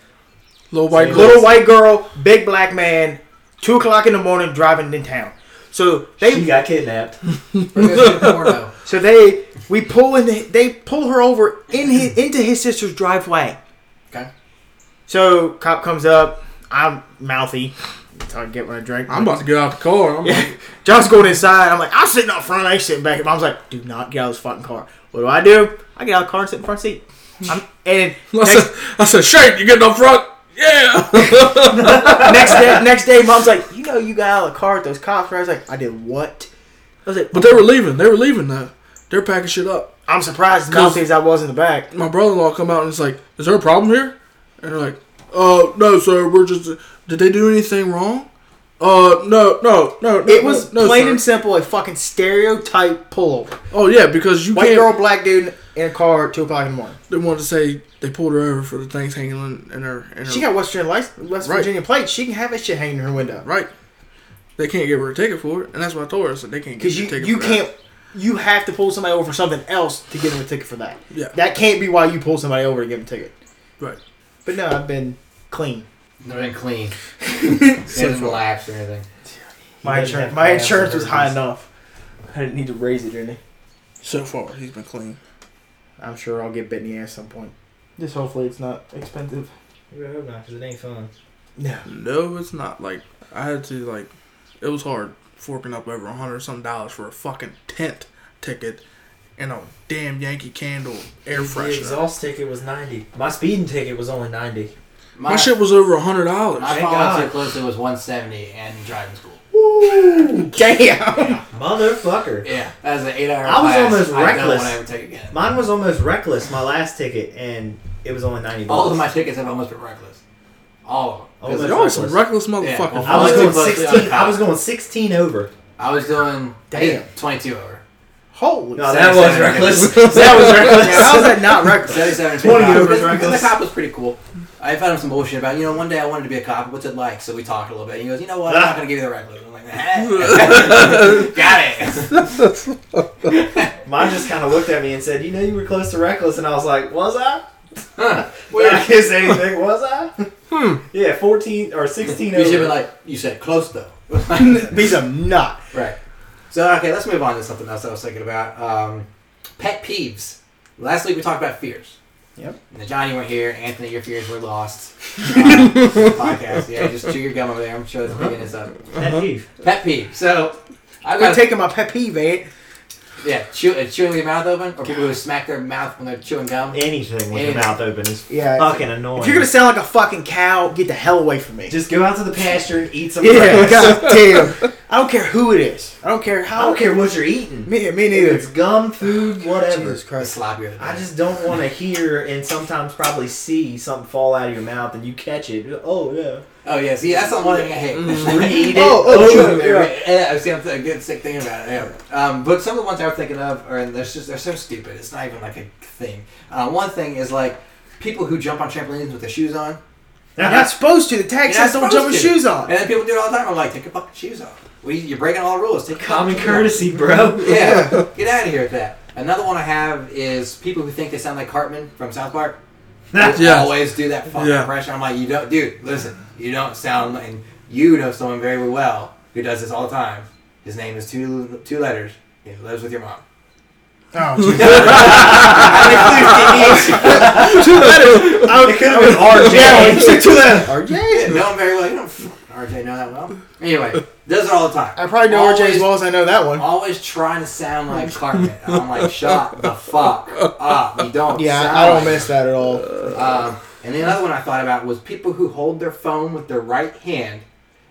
Speaker 4: little white girl.
Speaker 1: Little white girl, big black man, two o'clock in the morning driving in town. So
Speaker 5: She
Speaker 1: they,
Speaker 5: got kidnapped.
Speaker 3: We're gonna do porno.
Speaker 1: so they, we pull in. The, they pull her over in his, into his sister's driveway.
Speaker 3: Okay.
Speaker 1: So cop comes up. I'm mouthy. That's how I get when I drink.
Speaker 4: I'm about to get out the car. I'm like,
Speaker 1: John's going inside. I'm like, I'm sitting up front. I ain't sitting back. And Mom's like, do not get out of this fucking car. What do I do? I get out of the car and sit in the front seat. I'm, and
Speaker 4: I said, I said, Shane, you getting up front? Yeah.
Speaker 1: next day, next day, mom's like, you know, you got out of the car with those cops, right? I was like, I did what? I was like,
Speaker 4: But they were leaving. They were leaving though. They're packing shit up.
Speaker 1: I'm surprised as mouthy as I was in the back.
Speaker 4: My brother-in-law come out and it's like, "Is there a problem here?" And they're like, "Uh, no, sir. We're just. Did they do anything wrong? Uh, no, no, no. no
Speaker 1: It was
Speaker 4: no, no,
Speaker 1: plain
Speaker 4: sir."
Speaker 1: and simple a fucking stereotype pullover.
Speaker 4: Oh yeah, because you
Speaker 1: White
Speaker 4: can't.
Speaker 1: girl, black dude in a car at two o'clock in the morning.
Speaker 4: They wanted to say they pulled her over for the things hanging in, in her. In her
Speaker 1: She got West Virginia license, West
Speaker 4: Right.
Speaker 1: Virginia plate. She can have that shit hanging in her window.
Speaker 4: right. They can't give her a ticket for it, and that's what I told her. I said they can't give
Speaker 1: Because
Speaker 4: her
Speaker 1: you
Speaker 4: a ticket.
Speaker 1: you
Speaker 4: for
Speaker 1: can't you have to pull somebody over for something else to give them a ticket for that.
Speaker 4: That. Yeah.
Speaker 1: That can't be why you pull somebody over to give them a ticket.
Speaker 4: right.
Speaker 1: But no, I've been clean.
Speaker 3: Never been clean. Didn't lapse or anything.
Speaker 1: My
Speaker 5: doesn't
Speaker 1: insurance
Speaker 5: have
Speaker 1: my
Speaker 5: class
Speaker 1: insurance
Speaker 5: and
Speaker 1: was high
Speaker 5: everything.
Speaker 1: enough. I didn't need to raise it any.
Speaker 4: So far, he's been clean.
Speaker 1: I'm sure I'll get bit in the ass some point. Just hopefully it's not expensive.
Speaker 5: I hope not, because it ain't fun.
Speaker 1: No.
Speaker 4: No, it's not. Like I had to like, it was hard forking up over a hundred some dollars for a fucking tent ticket and a damn Yankee Candle air
Speaker 5: The
Speaker 4: freshener.
Speaker 5: exhaust ticket was 90. My speeding ticket was only 90.
Speaker 4: My shit was over a hundred dollars.
Speaker 3: I
Speaker 5: Thank
Speaker 3: followed too
Speaker 5: God.
Speaker 3: closely was 170 and driving school.
Speaker 1: Damn.
Speaker 5: Motherfucker.
Speaker 3: Yeah, that was an eight-hour.
Speaker 5: I was
Speaker 3: class.
Speaker 5: almost
Speaker 3: I don't
Speaker 5: reckless.
Speaker 3: want to ever take again.
Speaker 5: Mine was almost reckless, my last ticket, and it was only 90 bucks.
Speaker 3: All of my tickets have almost been reckless. All of them. 'Cause
Speaker 5: Almost.
Speaker 4: Y'all are some reckless
Speaker 3: Yeah,
Speaker 4: motherfuckers.
Speaker 5: I was
Speaker 3: Like
Speaker 5: going
Speaker 3: two bucks,
Speaker 5: 16.
Speaker 3: yeah.
Speaker 5: I was going 16 over.
Speaker 3: I was doing
Speaker 1: Damn.
Speaker 3: 22 over.
Speaker 1: Holy
Speaker 5: No,
Speaker 1: shit.
Speaker 5: that was reckless.
Speaker 1: that was reckless. How is that not reckless?
Speaker 3: 77 and
Speaker 5: 20
Speaker 3: 25.
Speaker 5: over
Speaker 3: Because-
Speaker 5: is
Speaker 3: because
Speaker 5: reckless.
Speaker 3: The cop was pretty cool. I found him some bullshit about, you know, one day I wanted to be a cop. What's it like? So we talked a little bit. And he goes, you know what? I'm not going to give you the reckless. I'm like, eh. got it.
Speaker 5: Mine just kind of looked at me and said, You know, you were close to reckless. And I was like, Was I? Did I
Speaker 3: Weird. Hmm.
Speaker 5: kiss anything? Was I? Yeah, 14 or 16
Speaker 3: You
Speaker 5: over.
Speaker 3: should be like, you said close though.
Speaker 1: Because I'm not.
Speaker 3: right. So, okay, let's move on to something else I was thinking about. Um, pet peeves. Last week we talked about fears.
Speaker 1: Yep.
Speaker 3: Now, Johnny, we're here. Anthony, your fears were lost. Um, podcast. Yeah, just chew your gum over there. I'm sure it's picking this up.
Speaker 1: Uh-huh.
Speaker 5: Pet peeve.
Speaker 3: Pet peeve. So, I've
Speaker 1: I'm
Speaker 3: got
Speaker 1: taking my pet peeve, man.
Speaker 3: Yeah, chew, uh, chewing your mouth open, or people who smack their mouth when they're chewing gum.
Speaker 5: Anything with your
Speaker 3: Yeah.
Speaker 5: mouth open is
Speaker 1: Yeah.
Speaker 5: fucking annoying.
Speaker 1: If you're gonna sound like a fucking cow, get the hell away from me.
Speaker 5: Just go out to the pasture and eat some
Speaker 1: Yeah,
Speaker 5: grass.
Speaker 1: god damn. I don't care who it is. I don't care
Speaker 5: I
Speaker 1: how.
Speaker 5: don't care what you're eating.
Speaker 1: Me, me
Speaker 5: If
Speaker 1: neither.
Speaker 5: it's gum, food, whatever.
Speaker 1: Jesus Christ.
Speaker 3: Sloppier than
Speaker 5: I
Speaker 3: that.
Speaker 5: just don't want to hear and sometimes probably see something fall out of your mouth and you catch it. Oh, yeah.
Speaker 3: Oh yeah, see, that's not one thing I hate.
Speaker 5: Mm-hmm. Eat it.
Speaker 1: Oh, oh,
Speaker 5: Oh,
Speaker 1: chew it, yeah.
Speaker 3: yeah, see, I'm th- getting sick thinking about it. Yeah. Um, but some of the ones I was thinking of are and they're just they're so stupid. It's not even like a thing. Uh, one thing is like people who jump on trampolines with their shoes on.
Speaker 1: You're not supposed to. The tag
Speaker 3: You're not
Speaker 1: says don't jump
Speaker 3: supposed
Speaker 1: with
Speaker 3: to.
Speaker 1: shoes on.
Speaker 3: And then people do it all the time. I'm like, take your fucking shoes off. We, you're breaking all the rules. Take your
Speaker 5: Common
Speaker 3: fucking shoes
Speaker 5: courtesy,
Speaker 3: off.
Speaker 5: bro.
Speaker 3: Yeah, get out of here with that. Another one I have is people who think they sound like Cartman from South Park. They
Speaker 4: Yeah.
Speaker 3: always do that fucking
Speaker 4: Yeah.
Speaker 3: pressure. I'm like, you don't, dude. Listen, you don't sound like you know someone very well who does this all the time. His name is two two letters. He lives with your mom.
Speaker 2: Oh, Jesus.
Speaker 1: two letters. I would could have been RJ. Yeah, you said two letters.
Speaker 3: You
Speaker 1: RJ.
Speaker 3: know him very well. You don't fucking RJ know that well. Anyway, does it all the time.
Speaker 2: I probably know RJ as
Speaker 3: Always-
Speaker 2: well as I know that one.
Speaker 3: Always trying to sound like Clark. Kent. I'm like, shut the fuck up. You don't.
Speaker 2: Yeah,
Speaker 3: sound
Speaker 2: I, I don't
Speaker 3: like
Speaker 2: miss that at all.
Speaker 3: Um, and the other one I thought about was people who hold their phone with their right hand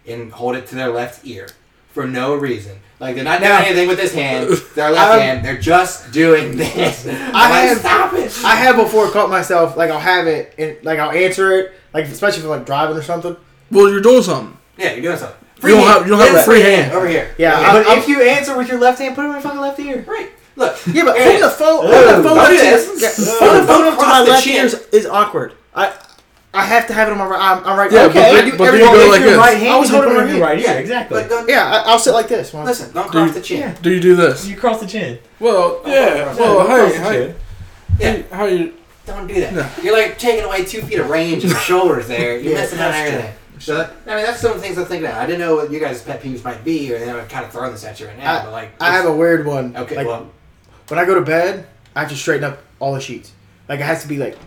Speaker 3: and hold it to their left ear for no reason. Like they're not doing
Speaker 2: Now-
Speaker 3: anything with this hand, their left
Speaker 2: I'm-
Speaker 3: hand. They're just doing this. I'm
Speaker 2: have-
Speaker 3: like, stop it.
Speaker 2: I have before caught myself like I'll have it and like I'll answer it like especially if I'm like driving or something.
Speaker 4: Well, you're doing something.
Speaker 3: yeah, you're doing something.
Speaker 4: You don't have- you don't have a
Speaker 3: Left
Speaker 4: free hand.
Speaker 3: over here.
Speaker 1: Yeah,
Speaker 3: Okay,
Speaker 1: I'm-
Speaker 5: But if you answer with your left hand, put it in my fucking left ear.
Speaker 3: right. Look,
Speaker 1: Yeah, but
Speaker 3: Aaron,
Speaker 1: putting the phone,
Speaker 5: Ugh,
Speaker 1: putting the phone
Speaker 3: don't
Speaker 1: up to,
Speaker 3: do this.
Speaker 1: yeah,
Speaker 3: Ugh.
Speaker 1: putting the phone
Speaker 3: Don't
Speaker 1: up to
Speaker 3: cross
Speaker 1: my
Speaker 3: the
Speaker 1: left
Speaker 3: chin.
Speaker 1: ear is, is awkward. I I have to have it on my right. I'm, I'm right.
Speaker 4: Yeah,
Speaker 1: okay.
Speaker 4: but,
Speaker 1: I do
Speaker 4: then- but then
Speaker 1: everything
Speaker 4: you go
Speaker 1: with
Speaker 4: like
Speaker 1: your
Speaker 4: this.
Speaker 1: right hand.
Speaker 5: I was holding
Speaker 1: Put
Speaker 5: my
Speaker 1: it on
Speaker 5: hand
Speaker 1: your-
Speaker 5: right ear. Exactly.
Speaker 3: but don't,
Speaker 1: Yeah, I, I'll sit like this. Well,
Speaker 3: listen. Don't cross
Speaker 4: Dude.
Speaker 3: the chin.
Speaker 4: Do you do this?
Speaker 5: you cross the chin.
Speaker 4: Well, yeah. Well, hey, hey, hey, how you?
Speaker 3: Don't do that.
Speaker 4: No.
Speaker 3: You're like taking away two feet of range of shoulders there. You're messing up everything. So that, I mean, that's some of the things I think about. I didn't know what you guys' pet peeves might be, or then I'm kind of throwing this at you right now. but like,
Speaker 2: I have a weird one.
Speaker 3: okay,
Speaker 2: like,
Speaker 3: well,
Speaker 2: when I go to bed, I have to straighten up all the sheets. Like it has to be like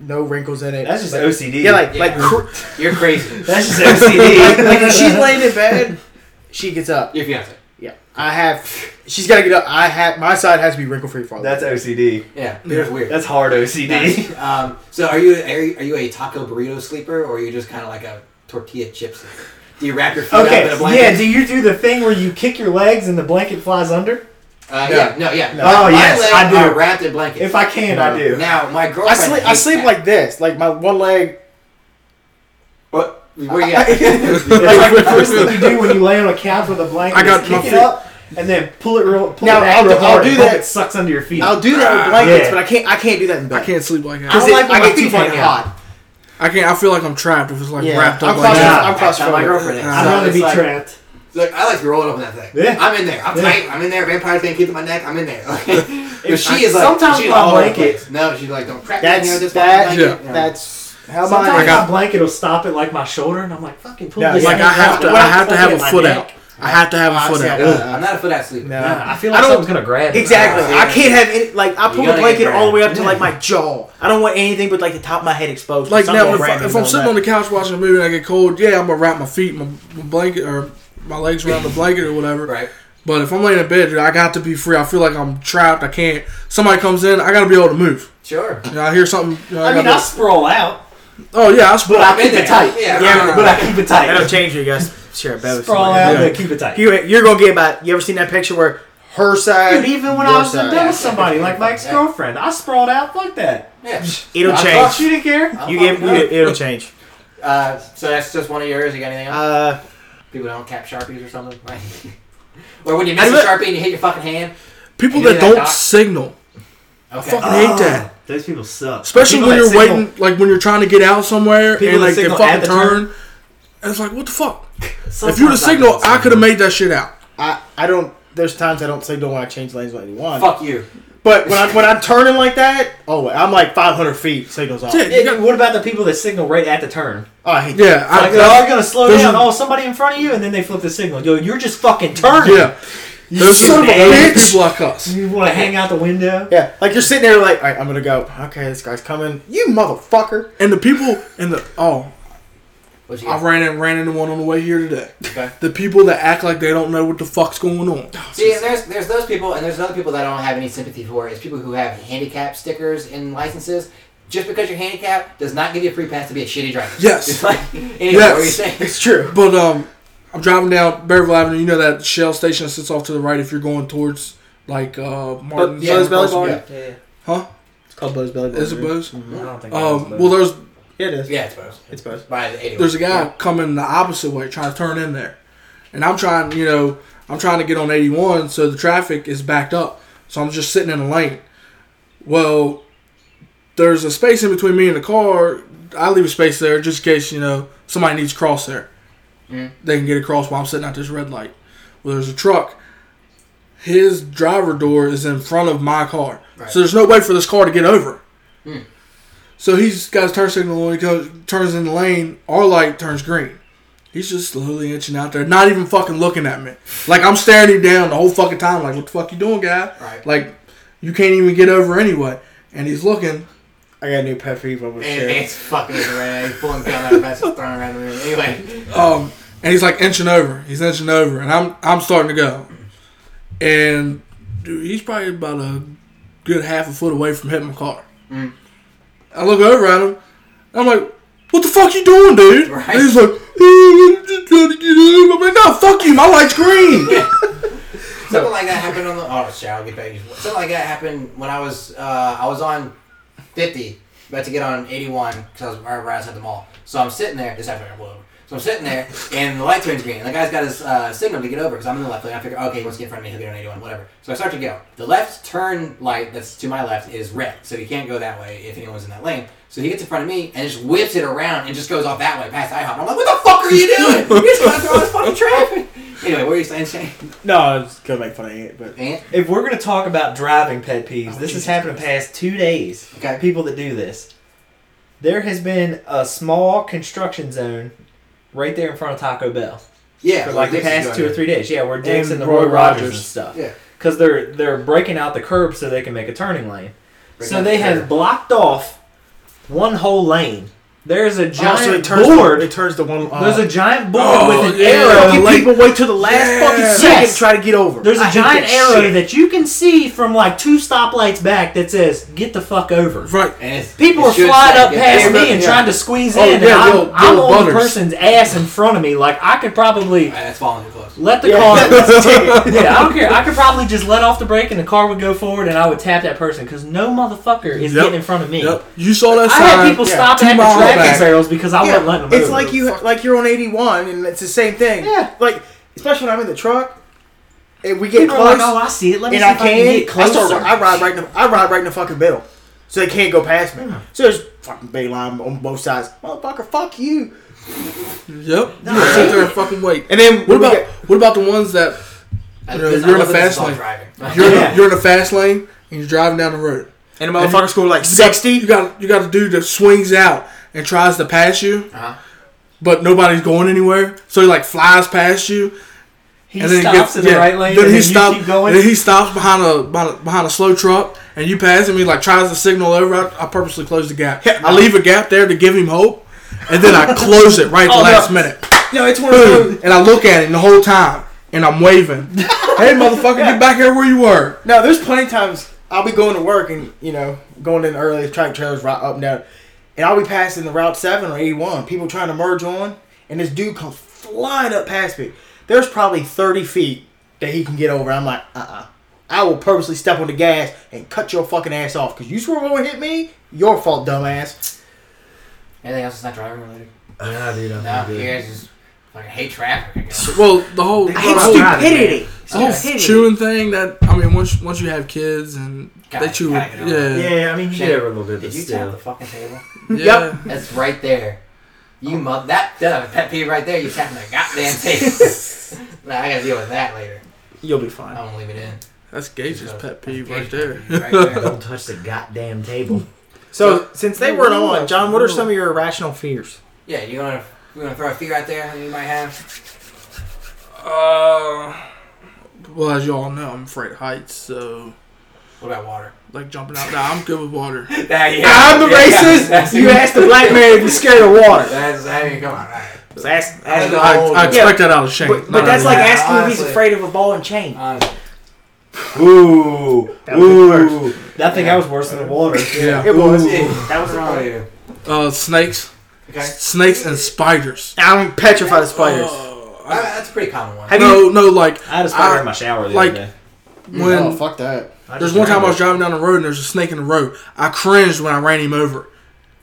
Speaker 2: no wrinkles in it.
Speaker 5: That's just
Speaker 2: like,
Speaker 5: OCD.
Speaker 2: yeah, like
Speaker 3: Yeah.
Speaker 2: like cr-
Speaker 3: you're crazy.
Speaker 5: that's just
Speaker 2: like,
Speaker 5: OCD.
Speaker 2: like if she's laying in bed, she gets up.
Speaker 3: Your fiance.
Speaker 2: Yeah, I have. She's got to get up. I have my side has to be wrinkle free for all
Speaker 5: that's OCD.
Speaker 3: Yeah, you're weird.
Speaker 5: That's hard OCD.
Speaker 3: Nice. um, so are you, are you are you a taco burrito sleeper, or are you just kind of like a tortilla chip sleeper? Do you wrap your feet up in a
Speaker 5: Okay.
Speaker 3: blanket?
Speaker 5: Yeah. Do you do the thing where you kick your legs and the blanket flies under?
Speaker 3: Uh, yeah. No. Yeah.
Speaker 5: No. Oh,
Speaker 3: my
Speaker 5: yes,
Speaker 3: legs
Speaker 5: I do.
Speaker 3: Are wrapped in blankets.
Speaker 5: If I can, I do.
Speaker 3: now my girlfriend.
Speaker 2: I sleep. I
Speaker 3: hates
Speaker 2: sleep
Speaker 3: that.
Speaker 2: like this. Like my one leg.
Speaker 3: What? Where you at?
Speaker 5: That's like the first thing you do when you lay on a couch with a blanket.
Speaker 4: I
Speaker 5: I
Speaker 4: got
Speaker 5: got
Speaker 4: my
Speaker 5: kick it
Speaker 4: feet-
Speaker 5: up and then pull it real. Pull
Speaker 2: Now,
Speaker 5: it back
Speaker 2: I'll
Speaker 5: real
Speaker 2: do-
Speaker 5: hard
Speaker 2: I'll do
Speaker 5: and hope
Speaker 2: that.
Speaker 5: It sucks under your feet.
Speaker 2: I'll do that
Speaker 3: Ah,
Speaker 2: with blankets,
Speaker 5: Yeah.
Speaker 2: but I can't. I can't do that in bed.
Speaker 4: I can't sleep like
Speaker 2: I
Speaker 4: that.
Speaker 2: don't
Speaker 5: Is it-
Speaker 2: like
Speaker 5: I
Speaker 2: my
Speaker 5: get
Speaker 2: feet
Speaker 5: too
Speaker 2: fucking
Speaker 5: hanging out.
Speaker 2: hot.
Speaker 4: I can't. I feel like I'm trapped if it's like
Speaker 2: Yeah,
Speaker 4: wrapped
Speaker 2: I'm
Speaker 4: up like
Speaker 2: claustrophobic.
Speaker 4: that.
Speaker 2: I'm
Speaker 3: That's how my
Speaker 2: claustrophobic.
Speaker 3: girlfriend is.
Speaker 5: I'd
Speaker 3: So
Speaker 5: rather
Speaker 3: it's
Speaker 5: be
Speaker 3: like-
Speaker 5: trapped.
Speaker 3: Look, I like to roll up in that thing.
Speaker 5: Yeah.
Speaker 3: I'm in there. I'm
Speaker 5: Yeah.
Speaker 3: tight. I'm in there. Vampire thing keeping my neck. I'm in there. if she
Speaker 5: I-
Speaker 3: is like,
Speaker 5: sometimes
Speaker 3: she's
Speaker 5: my
Speaker 3: all over the
Speaker 5: blanket-
Speaker 3: place. No, she's like, don't crack me in here.
Speaker 1: That's
Speaker 3: This fucking
Speaker 1: that.
Speaker 4: Yeah.
Speaker 3: blanket.
Speaker 1: That's how
Speaker 5: Sometimes
Speaker 1: my.
Speaker 4: I got-
Speaker 5: my blanket will stop at like my shoulder, and I'm like, "Fucking pull
Speaker 2: No,
Speaker 5: this."
Speaker 4: Like
Speaker 5: thing
Speaker 4: I have
Speaker 5: out.
Speaker 4: to.
Speaker 5: Why
Speaker 4: I
Speaker 5: the
Speaker 4: have to
Speaker 5: fuck
Speaker 4: have
Speaker 5: is
Speaker 4: a
Speaker 5: my
Speaker 4: foot
Speaker 5: neck?
Speaker 4: out. I have to have a foot
Speaker 2: see,
Speaker 4: out.
Speaker 2: I-
Speaker 3: Ugh, I'm not a foot ass sleeper.
Speaker 2: No.
Speaker 5: Yeah, I feel
Speaker 1: I
Speaker 5: like
Speaker 1: don't-
Speaker 5: something's gonna grab me.
Speaker 1: Exactly.
Speaker 3: Yeah.
Speaker 1: I can't have any. Like I
Speaker 3: gotta
Speaker 1: pull the
Speaker 3: get
Speaker 1: blanket
Speaker 3: grabbed.
Speaker 1: all the way up to like my jaw. I don't want anything but like the top of my head exposed.
Speaker 4: Like
Speaker 1: Something
Speaker 4: now, if,
Speaker 1: grabbed
Speaker 4: I,
Speaker 1: me
Speaker 4: if I'm sitting
Speaker 1: that.
Speaker 4: on the couch watching a movie and I get cold, yeah, I'm gonna wrap my feet, my, my blanket, or my legs around the blanket or whatever.
Speaker 3: Right.
Speaker 4: But if I'm laying in bed, dude, I got to be free. I feel like I'm trapped. I can't. Somebody comes in, I gotta be able to move.
Speaker 3: Sure.
Speaker 4: You know, I hear something. You know, I
Speaker 5: I mean,
Speaker 4: gotta-
Speaker 5: I sprawl out,
Speaker 4: oh yeah, I
Speaker 5: but
Speaker 4: split.
Speaker 5: I keep it tight.
Speaker 3: Yeah.
Speaker 1: Yeah,
Speaker 3: right.
Speaker 5: But I keep it
Speaker 1: That don't
Speaker 5: tight.
Speaker 1: change you guys share a bed with
Speaker 5: Sprawl
Speaker 1: somebody.
Speaker 5: out,
Speaker 4: Yeah.
Speaker 5: but keep it tight.
Speaker 1: You, you're gonna get about. You ever seen that picture where her side?
Speaker 5: Dude, even when
Speaker 1: your
Speaker 5: I was in
Speaker 1: side-
Speaker 5: bed with
Speaker 3: Yeah.
Speaker 5: somebody, like my ex girlfriend, I sprawled out. Fuck that.
Speaker 3: Yeah.
Speaker 1: It'll
Speaker 3: I
Speaker 1: change.
Speaker 3: thought
Speaker 5: She didn't care.
Speaker 1: You get you, it'll change.
Speaker 3: Uh, so that's just one of yours. You got anything else?
Speaker 1: Uh,
Speaker 3: People don't cap sharpies or something. Right? or when you miss a
Speaker 1: I do-
Speaker 3: sharpie and you hit your fucking hand.
Speaker 4: People
Speaker 3: You do
Speaker 4: that
Speaker 3: that,
Speaker 4: don't
Speaker 3: Doc?
Speaker 4: signal, I
Speaker 3: Okay.
Speaker 4: fucking hate that.
Speaker 5: Those people suck.
Speaker 4: Especially
Speaker 5: Oh. People
Speaker 4: when
Speaker 5: that
Speaker 4: you're
Speaker 5: signal-
Speaker 4: waiting, like when you're trying to get out somewhere
Speaker 5: People
Speaker 4: and
Speaker 5: that
Speaker 4: like they
Speaker 5: signal at
Speaker 4: fucking
Speaker 5: the
Speaker 4: turn. And it's like, what the fuck? if
Speaker 5: sometimes
Speaker 4: you'd have
Speaker 5: I
Speaker 4: signaled,
Speaker 5: don't
Speaker 4: I could have made that shit out.
Speaker 2: I, I don't. There's times I don't signal when I change lanes when I want.
Speaker 3: Fuck you.
Speaker 2: But when I when I'm turning like that, oh wait, I'm like 500 feet. Signals off.
Speaker 4: Yeah,
Speaker 5: Yeah,
Speaker 4: you got-
Speaker 5: what about the people that signal right at the turn?
Speaker 2: Oh, I hate
Speaker 4: yeah, I-
Speaker 5: Like, they're all gonna slow
Speaker 4: Those
Speaker 5: down.
Speaker 4: are-
Speaker 5: Oh, somebody in front of you, and then they flip the signal. Yo, you're just fucking turning.
Speaker 4: yeah. Those
Speaker 5: son
Speaker 4: are
Speaker 5: of
Speaker 4: the
Speaker 5: a
Speaker 4: only
Speaker 5: bitch.
Speaker 4: people like us.
Speaker 5: You want to hang out the window?
Speaker 2: Yeah, like you're sitting there, like, all right, I'm gonna go. Okay, this guy's coming. You motherfucker.
Speaker 4: And the people and the oh,
Speaker 3: What you
Speaker 4: I
Speaker 3: got?
Speaker 4: ran in, ran into one on the way here today.
Speaker 3: Okay.
Speaker 4: The people that act like they don't know what the fuck's going on.
Speaker 3: See, and there's there's those people, and there's other people that I don't have any sympathy for. It's people who have handicap stickers and licenses. Just because you're handicapped does not give you a free pass to be a shitty driver.
Speaker 4: Yes.
Speaker 3: It's like, anyway,
Speaker 4: Yes.
Speaker 3: what were you saying?
Speaker 2: It's true.
Speaker 4: But um, I'm driving down Bearville Avenue. You know that Shell station that sits off to the right if you're going towards like uh Martin.
Speaker 1: yeah, Bose Belly Bar.
Speaker 4: Yeah.
Speaker 1: Yeah.
Speaker 4: Huh?
Speaker 1: It's called Bose Belly Bar.
Speaker 4: Is it Bose?
Speaker 5: I don't think.
Speaker 4: Um, well, there's
Speaker 1: Yeah, it is.
Speaker 3: Yeah, it's both.
Speaker 1: It's Bose.
Speaker 3: By the anyway.
Speaker 4: there's a guy coming the opposite way, trying to turn in there, and I'm trying, you know, I'm trying to get on 81, so the traffic is backed up, so I'm just sitting in the lane. Well, there's a space in between me and the car. I leave a space there just in case you know somebody needs to cross there. They can get across while I'm sitting at this red light. Well, there's a truck. His driver door is in front of my car, so there's no way for this car to get over. So he's got his turn signal when he goes, turns in the lane. Our light turns green. He's just slowly inching out there, not even fucking looking at me. Like I'm staring him down the whole fucking time. Like what the fuck you doing, guy?
Speaker 3: Right.
Speaker 4: Like you can't even get over anyway. And he's looking.
Speaker 1: I got a new pet peeve. I'm gonna
Speaker 3: And
Speaker 1: share.
Speaker 3: it's fucking right. He's pulling gun out of his throwing around the room. Anyway,
Speaker 4: Um, and he's like inching over. He's inching over, and I'm I'm starting to go. And dude, he's probably about a good half a foot away from hitting my car. I look over at him. I'm like, "What the fuck you doing, dude?"
Speaker 3: Right.
Speaker 4: And he's like, "Oh, I'm just trying to get over." I'm like, "No, fuck you. My light's green."
Speaker 3: something like that happened on the. Oh, shit! I'll get back. to you. Something like that happened when I was uh, I was on fifty, about to get on eighty one because I was right right outside the mall. So I'm sitting there. This happened at Willow. So I'm sitting there, and the light turns green. And the guy's got his uh, signal to get over because I'm in the left lane. I figure, okay, he wants to get in front of me. He'll get on 81, whatever. So I start to go. The left turn light that's to my left is red, so he can't go that way if anyone's in that lane. So he gets in front of me and just whips it around and just goes off that way past IHOP. I'm like, what the fuck are you doing? You're just trying to throw us fucking traffic. Anyway, what are you saying, Shane?
Speaker 1: no, I was gonna make fun of it, but
Speaker 3: Ant?
Speaker 5: If we're gonna talk about driving pet peeves, this has happened the past two days.
Speaker 3: Okay.
Speaker 5: People that do this. There has been a small construction zone right there in front of Taco Bell
Speaker 3: Yeah,
Speaker 5: for like the
Speaker 3: Dixie's
Speaker 5: past
Speaker 3: going
Speaker 5: two or
Speaker 3: there.
Speaker 5: three days. Yeah, where Dick's
Speaker 1: And
Speaker 5: and the
Speaker 1: Roy
Speaker 5: Roy Rogers and
Speaker 1: Rogers.
Speaker 5: stuff.
Speaker 3: Yeah.
Speaker 5: Because they're they're breaking out the curb so they can make a turning lane.
Speaker 3: Breaking
Speaker 5: so
Speaker 3: out
Speaker 5: they
Speaker 3: the
Speaker 5: have
Speaker 3: curb.
Speaker 5: blocked off one whole lane. There's a
Speaker 1: Oh, so
Speaker 5: giant
Speaker 1: turns
Speaker 5: board.
Speaker 1: The, it turns the one. Uh,
Speaker 5: There's a giant board
Speaker 4: Oh,
Speaker 5: with an
Speaker 4: yeah,
Speaker 5: arrow.
Speaker 4: like-
Speaker 1: people wait till the last fucking
Speaker 4: Yeah.
Speaker 1: second
Speaker 5: Yes.
Speaker 1: to try to get over.
Speaker 5: There's a
Speaker 1: I hate
Speaker 5: giant
Speaker 1: that
Speaker 5: arrow
Speaker 1: shit.
Speaker 5: that you can see from like two stoplights back that says "Get the fuck over."
Speaker 4: right.
Speaker 3: And it's,
Speaker 5: People
Speaker 3: it
Speaker 5: are
Speaker 3: should
Speaker 5: flying
Speaker 3: say,
Speaker 5: up
Speaker 3: yeah,
Speaker 5: past
Speaker 3: yeah,
Speaker 5: me and
Speaker 3: yeah.
Speaker 5: trying to squeeze
Speaker 4: Oh,
Speaker 5: in, and
Speaker 4: yeah,
Speaker 5: I'm,
Speaker 4: little-
Speaker 5: I'm
Speaker 4: little
Speaker 5: on the
Speaker 4: butters.
Speaker 5: person's ass in front of me. Like I could probably
Speaker 3: Alright, that's falling too close.
Speaker 5: let the car. yeah, I don't care. I could probably just let off the brake and the car would go forward, and I would tap that person because no motherfucker is
Speaker 4: Yep.
Speaker 5: getting in front of me.
Speaker 4: Yep. You saw that
Speaker 5: I
Speaker 4: sign.
Speaker 5: had people
Speaker 4: yeah,
Speaker 5: stopping
Speaker 4: two
Speaker 5: at the
Speaker 4: miles
Speaker 5: traffic
Speaker 4: back.
Speaker 5: barrels because I wasn't letting them.
Speaker 1: It's
Speaker 5: over.
Speaker 1: like you like you're on 81 and it's the same thing.
Speaker 5: Yeah.
Speaker 1: Like especially when I'm in the truck and we get
Speaker 5: People are
Speaker 1: close
Speaker 5: like, oh, I see it. Let me
Speaker 1: and
Speaker 5: see
Speaker 1: I
Speaker 5: if I can
Speaker 1: can.
Speaker 5: get
Speaker 1: I,
Speaker 5: closer.
Speaker 1: start, I ride right in the I ride right in the fucking middle. So they can't go past me. So there's fucking bay line on both sides. Motherfucker, fuck you.
Speaker 4: Yep. You sit there and fucking wait.
Speaker 1: And then
Speaker 4: What
Speaker 1: we
Speaker 4: about
Speaker 1: get-
Speaker 4: what about the ones that
Speaker 3: I-
Speaker 4: You're-
Speaker 3: this- I
Speaker 4: you're in
Speaker 3: love
Speaker 4: a
Speaker 3: that this
Speaker 4: fast
Speaker 3: is all
Speaker 4: lane.
Speaker 3: driving.
Speaker 4: you're in
Speaker 5: Yeah.
Speaker 4: a, you're in a fast lane and you're driving down the road?
Speaker 1: and the motherfucker scored like 60.
Speaker 4: You got you got a dude that swings out and tries to pass you,
Speaker 3: Uh-huh.
Speaker 4: but nobody's going anywhere. So he like flies past you,
Speaker 5: He
Speaker 4: and then
Speaker 5: stops
Speaker 4: he gets
Speaker 5: in the
Speaker 4: yeah,
Speaker 5: right lane,
Speaker 4: Then
Speaker 5: and
Speaker 4: he
Speaker 5: then you
Speaker 4: stops.
Speaker 5: keep going.
Speaker 4: Then he stops behind a behind a, behind a slow truck, and you pass him. He like tries to signal over. I, I purposely close the gap. I leave a gap there to give him hope, and then I close it right at the
Speaker 1: Oh, no.
Speaker 4: last minute.
Speaker 1: No, it's one of
Speaker 4: Boom,
Speaker 1: those.
Speaker 4: and I look at him the whole time, and I'm waving. hey, motherfucker, get back here where you were.
Speaker 1: No, there's plenty of times I'll be going to work and you know going in early, track trailers right up and down, and I'll be passing the Route Seven or eighty one. People trying to merge on, and this dude comes flying up past me. There's probably thirty feet that he can get over. I'm like, uh, uh I will purposely step on the gas and cut your fucking ass off because you swore going to hit me. Your fault, dumbass.
Speaker 3: Anything else that's not driving related?
Speaker 5: Nah, dude, I'm
Speaker 3: No,
Speaker 5: good.
Speaker 3: you guys just fucking hate traffic. I guess.
Speaker 4: Well, the whole
Speaker 1: I
Speaker 5: Well,
Speaker 1: hate
Speaker 5: I'm proud of you,
Speaker 1: stupidity.
Speaker 4: the whole chewing thing that I mean once once you have kids and
Speaker 3: Gotta-
Speaker 4: they chew
Speaker 3: gotta
Speaker 4: yeah,
Speaker 3: get over
Speaker 4: yeah
Speaker 5: Yeah, I mean, you
Speaker 3: Shit.
Speaker 5: get over a little bit, but
Speaker 3: Did you tap the
Speaker 5: still.
Speaker 3: fucking table?
Speaker 1: Yep.
Speaker 3: That's right there. You mother that that's a pet peeve right there. You tapping the goddamn table. nah, I gotta deal with that later.
Speaker 1: You'll be fine.
Speaker 3: I won't leave it in.
Speaker 4: that's Gage's pet peeve right
Speaker 3: Gage's
Speaker 4: there
Speaker 3: pet peeve right there.
Speaker 5: Don't touch the goddamn table.
Speaker 1: So since they weren't on, John, what are
Speaker 4: Ooh.
Speaker 1: some of your irrational fears?
Speaker 3: Yeah, you wanna you wanna throw a fear out there that you might have?
Speaker 4: uh well as y'all know I'm afraid of heights so
Speaker 3: What about water?
Speaker 4: like jumping out nah, I'm good with water
Speaker 3: Nah, yeah,
Speaker 1: I'm the
Speaker 3: yeah,
Speaker 1: racist.
Speaker 3: that's-
Speaker 1: you asked the black man if he's scared of water.
Speaker 3: That's I mean come on. Alright.
Speaker 1: So ask-
Speaker 4: I,
Speaker 1: ask the
Speaker 4: I,
Speaker 3: old-
Speaker 4: I expect that out of Shane
Speaker 1: But,
Speaker 4: not
Speaker 1: but
Speaker 4: out
Speaker 1: that's
Speaker 4: of
Speaker 1: like
Speaker 4: me.
Speaker 3: Yeah,
Speaker 1: asking if he's
Speaker 3: honestly.
Speaker 1: afraid of a ball and chain.
Speaker 3: Honestly.
Speaker 5: Ooh,
Speaker 1: That was
Speaker 5: ooh, that thing
Speaker 3: Yeah.
Speaker 5: that was worse than the water.
Speaker 4: yeah
Speaker 1: it was.
Speaker 3: Ooh.
Speaker 1: That was
Speaker 3: What about
Speaker 1: wrong.
Speaker 3: you?
Speaker 4: uh snakes
Speaker 3: Okay.
Speaker 4: snakes and spiders
Speaker 1: I'm petrified of spiders.
Speaker 4: Uh,
Speaker 3: Uh,
Speaker 4: I-
Speaker 3: that's a pretty common one.
Speaker 5: Have
Speaker 4: no no like
Speaker 5: I had a spider
Speaker 4: I-
Speaker 5: in my shower the
Speaker 4: like,
Speaker 5: other day.
Speaker 4: when
Speaker 2: oh, fuck that.
Speaker 5: I
Speaker 4: there's
Speaker 5: just
Speaker 4: one time I was
Speaker 5: remembered.
Speaker 4: driving down the road and there's a snake in the road I cringed when I ran him over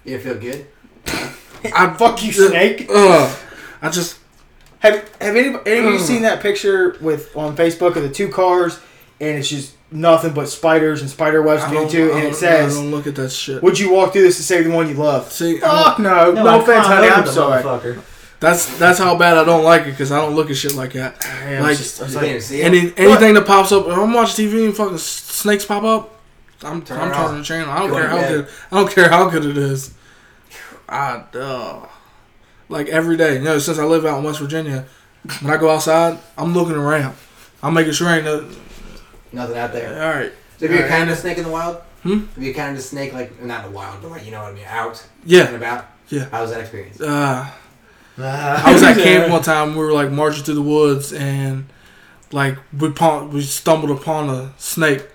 Speaker 3: You feel good?
Speaker 4: I
Speaker 1: Fuck you, snake.
Speaker 4: uh, I just
Speaker 1: Have Have any any of you seen that picture with on Facebook of the two cars and it's just nothing but spiders and spider webs
Speaker 4: I
Speaker 1: between the
Speaker 4: don't,
Speaker 1: two
Speaker 4: I
Speaker 1: and
Speaker 4: don't-
Speaker 1: it says,
Speaker 4: I don't look at that shit
Speaker 1: "Would you walk through this to save the one you love?"
Speaker 4: see I don't-
Speaker 1: Fuck no. No,
Speaker 5: No, I climbed
Speaker 1: offense, honey.
Speaker 5: over
Speaker 1: I'm
Speaker 5: the
Speaker 1: sorry.
Speaker 5: motherfucker.
Speaker 4: That's that's how bad I don't like it because I don't look at shit like that.
Speaker 1: Man, I was
Speaker 4: like
Speaker 1: just-
Speaker 3: You
Speaker 1: I was
Speaker 3: can't
Speaker 1: like,
Speaker 3: even see it.
Speaker 4: any anything that pops up, if I'm watching TV and fucking s- snakes pop up. I'm,
Speaker 3: Turn
Speaker 4: I'm
Speaker 3: it
Speaker 4: turning
Speaker 3: off.
Speaker 4: the channel. I don't
Speaker 3: Go
Speaker 4: care
Speaker 3: to
Speaker 4: how
Speaker 3: bed.
Speaker 4: good. I don't care how good it is. I uh, like every day. You know, since I live out in West Virginia, when I go outside, I'm looking around. I'm making sure ain't no.
Speaker 3: Nothing out
Speaker 4: All
Speaker 3: there.
Speaker 4: right.
Speaker 3: Have you
Speaker 4: Alright.
Speaker 3: encountered a snake in the wild?
Speaker 4: Hmm?
Speaker 3: Have you encountered a snake like not in the wild, but like you know what I mean, out and
Speaker 4: Yeah.
Speaker 3: about?
Speaker 4: Yeah.
Speaker 3: How was that experience?
Speaker 4: Uh,
Speaker 5: Ah.
Speaker 4: I was at camp one time. We were like marching through the woods, and like we pon- we stumbled upon a snake.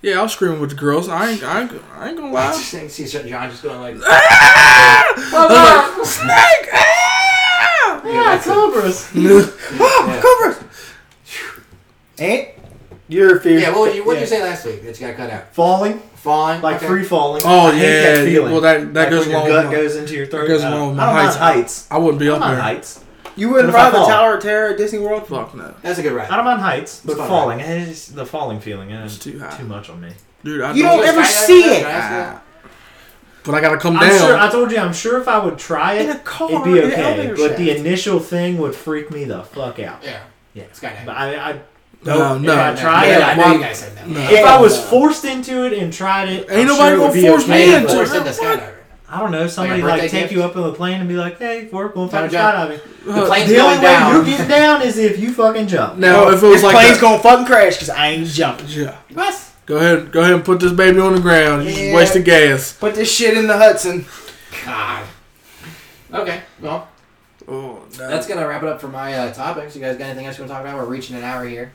Speaker 4: Yeah, I was screaming with the girls. I ain't, I ain't, I ain't gonna
Speaker 3: I
Speaker 4: lie.
Speaker 3: just think- see John just going like,
Speaker 5: Oh,
Speaker 4: I was like, snake! Ah!
Speaker 3: yeah, cobras.
Speaker 4: Ah, cobras!
Speaker 2: Ant, your fear.
Speaker 3: Yeah, what would you what did you say last week that you got cut out?
Speaker 5: falling,
Speaker 3: Falling,
Speaker 5: like
Speaker 3: okay.
Speaker 5: free falling.
Speaker 4: Oh
Speaker 5: I hate
Speaker 4: yeah.
Speaker 5: that feeling.
Speaker 4: well, that that
Speaker 5: Like
Speaker 4: goes
Speaker 5: when your
Speaker 4: along.
Speaker 5: gut
Speaker 4: with my-
Speaker 5: goes "Oh into your throat.
Speaker 4: goes
Speaker 5: Uh,
Speaker 4: along with my
Speaker 5: I'm
Speaker 4: heights.
Speaker 5: on heights.
Speaker 4: I wouldn't be
Speaker 5: I'm
Speaker 4: up
Speaker 5: on
Speaker 4: there.
Speaker 5: heights.
Speaker 1: You wouldn't
Speaker 5: What if I
Speaker 1: ride the
Speaker 5: fall?
Speaker 1: Tower of Terror at Disney World?
Speaker 4: Fuck no,
Speaker 3: That's a good ride.
Speaker 5: I'm on heights, but
Speaker 3: It's fine.
Speaker 5: falling. It's the falling feeling. eh,
Speaker 4: It's too high.
Speaker 5: Too much on me.
Speaker 4: dude. I
Speaker 1: You
Speaker 4: don't.
Speaker 1: don't ever
Speaker 3: Skydiving,
Speaker 1: see
Speaker 3: that's
Speaker 1: it.
Speaker 3: what I asked
Speaker 4: but I gotta come
Speaker 5: I'm
Speaker 4: down.
Speaker 5: sure. I told you. I'm sure if I would try it,
Speaker 1: In a car,
Speaker 5: it'd be
Speaker 1: in an
Speaker 5: okay.
Speaker 1: elevator
Speaker 5: But the
Speaker 1: shaft.
Speaker 5: initial thing would freak me the fuck out.
Speaker 3: you. Yeah.
Speaker 5: Yeah.
Speaker 3: Skydiving.
Speaker 5: But I, I
Speaker 4: no,
Speaker 5: Nope.
Speaker 4: no.
Speaker 5: If I tried
Speaker 3: yeah,
Speaker 5: it,
Speaker 3: I
Speaker 5: I
Speaker 3: know
Speaker 4: why-
Speaker 3: you guys said that.
Speaker 4: no.
Speaker 5: if I was forced into it and tried it,
Speaker 4: Ain't
Speaker 5: I'm sure
Speaker 4: nobody
Speaker 5: it would
Speaker 4: gonna
Speaker 5: be
Speaker 4: force
Speaker 5: okay,
Speaker 4: me
Speaker 3: Man,
Speaker 4: into
Speaker 5: but-
Speaker 4: it.
Speaker 3: forced into
Speaker 4: What?
Speaker 3: skydiving.
Speaker 5: I don't know. Somebody
Speaker 3: birthday
Speaker 5: like, take
Speaker 3: gift?
Speaker 5: you up in the plane and be like, "Hey, Fork, we'll
Speaker 3: Time
Speaker 5: fucking
Speaker 3: to jump.
Speaker 5: skydiving."
Speaker 4: Uh,
Speaker 3: The plane's
Speaker 5: The only
Speaker 3: going
Speaker 5: way you're
Speaker 3: down.
Speaker 5: getting down is if you fucking jump.
Speaker 4: Now, if it was
Speaker 1: this
Speaker 4: like
Speaker 1: plane's
Speaker 4: that-
Speaker 1: gonna fucking crash because I ain't jumping.
Speaker 4: yeah,
Speaker 3: What?
Speaker 4: go ahead, go ahead and put this baby on the ground. You
Speaker 1: Yeah.
Speaker 4: just wasted gas.
Speaker 1: Put this shit in the Hudson.
Speaker 3: God. Okay. Well,
Speaker 4: Oh, no.
Speaker 3: that's gonna wrap it up for my uh, topics. You guys got anything else you want to talk about? We're reaching an hour here.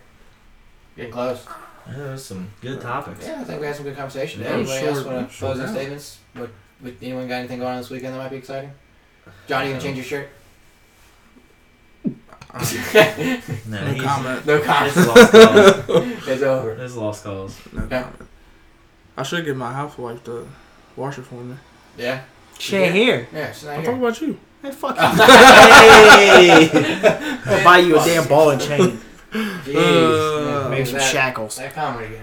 Speaker 3: Getting close.
Speaker 5: Those some good topics.
Speaker 3: Yeah, I think we had some good conversation.
Speaker 4: Yeah,
Speaker 3: Anybody
Speaker 4: sure,
Speaker 3: else want to
Speaker 4: sure
Speaker 3: close their
Speaker 4: now.
Speaker 3: statements? What, what, anyone got anything going on this weekend that might be exciting? John, you gonna change your shirt?
Speaker 5: No,
Speaker 4: no
Speaker 5: he's-
Speaker 4: comment.
Speaker 3: no
Speaker 5: It's
Speaker 3: comments.
Speaker 5: lost cause.
Speaker 3: it's over.
Speaker 5: It's lost cause.
Speaker 4: No
Speaker 3: Yeah.
Speaker 4: comment. I should get my housewife to wash it for me.
Speaker 3: Yeah.
Speaker 1: She ain't here.
Speaker 3: Yeah. She's not
Speaker 4: I talk
Speaker 3: here.
Speaker 4: about you.
Speaker 1: Hey, fuck you. hey. I'll buy you a damn ball and chain.
Speaker 3: Jeez.
Speaker 4: Uh,
Speaker 3: Yeah,
Speaker 1: Maybe
Speaker 3: there's
Speaker 1: some
Speaker 3: that,
Speaker 1: shackles.
Speaker 3: that comedy guy.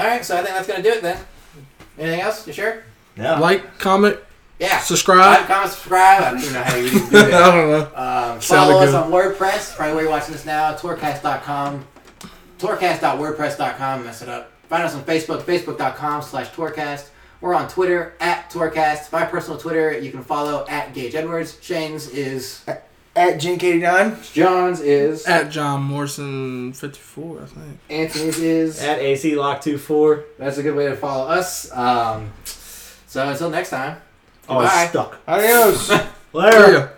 Speaker 3: All right. So I think that's gonna do it then. Anything else? You sure?
Speaker 5: No.
Speaker 4: Like, comment,
Speaker 3: Yeah.
Speaker 4: subscribe.
Speaker 3: Like, comment, subscribe. I don't even know how you even do
Speaker 4: I
Speaker 3: that.
Speaker 4: don't know.
Speaker 3: Um,
Speaker 4: Sounded
Speaker 3: follow us
Speaker 4: good.
Speaker 3: on WordPress, probably where you're watching this now, tourcast.com, tourcast.wordpress.com, mess it up. Find us on Facebook, facebook.com slash tourcast. We're on Twitter, at tourcast. My personal Twitter, you can follow at Gage Edwards. Shane's is,
Speaker 1: At Jink89.
Speaker 3: John's is,
Speaker 4: At John Morrison fifty four, I think.
Speaker 3: Anthony's is.
Speaker 5: At AC Lock 24.
Speaker 3: That's a good way to follow us. Um, so until next time,
Speaker 5: Oh, it's
Speaker 3: Goodbye.
Speaker 5: stuck.
Speaker 1: Adios.
Speaker 5: Later.
Speaker 4: Yeah.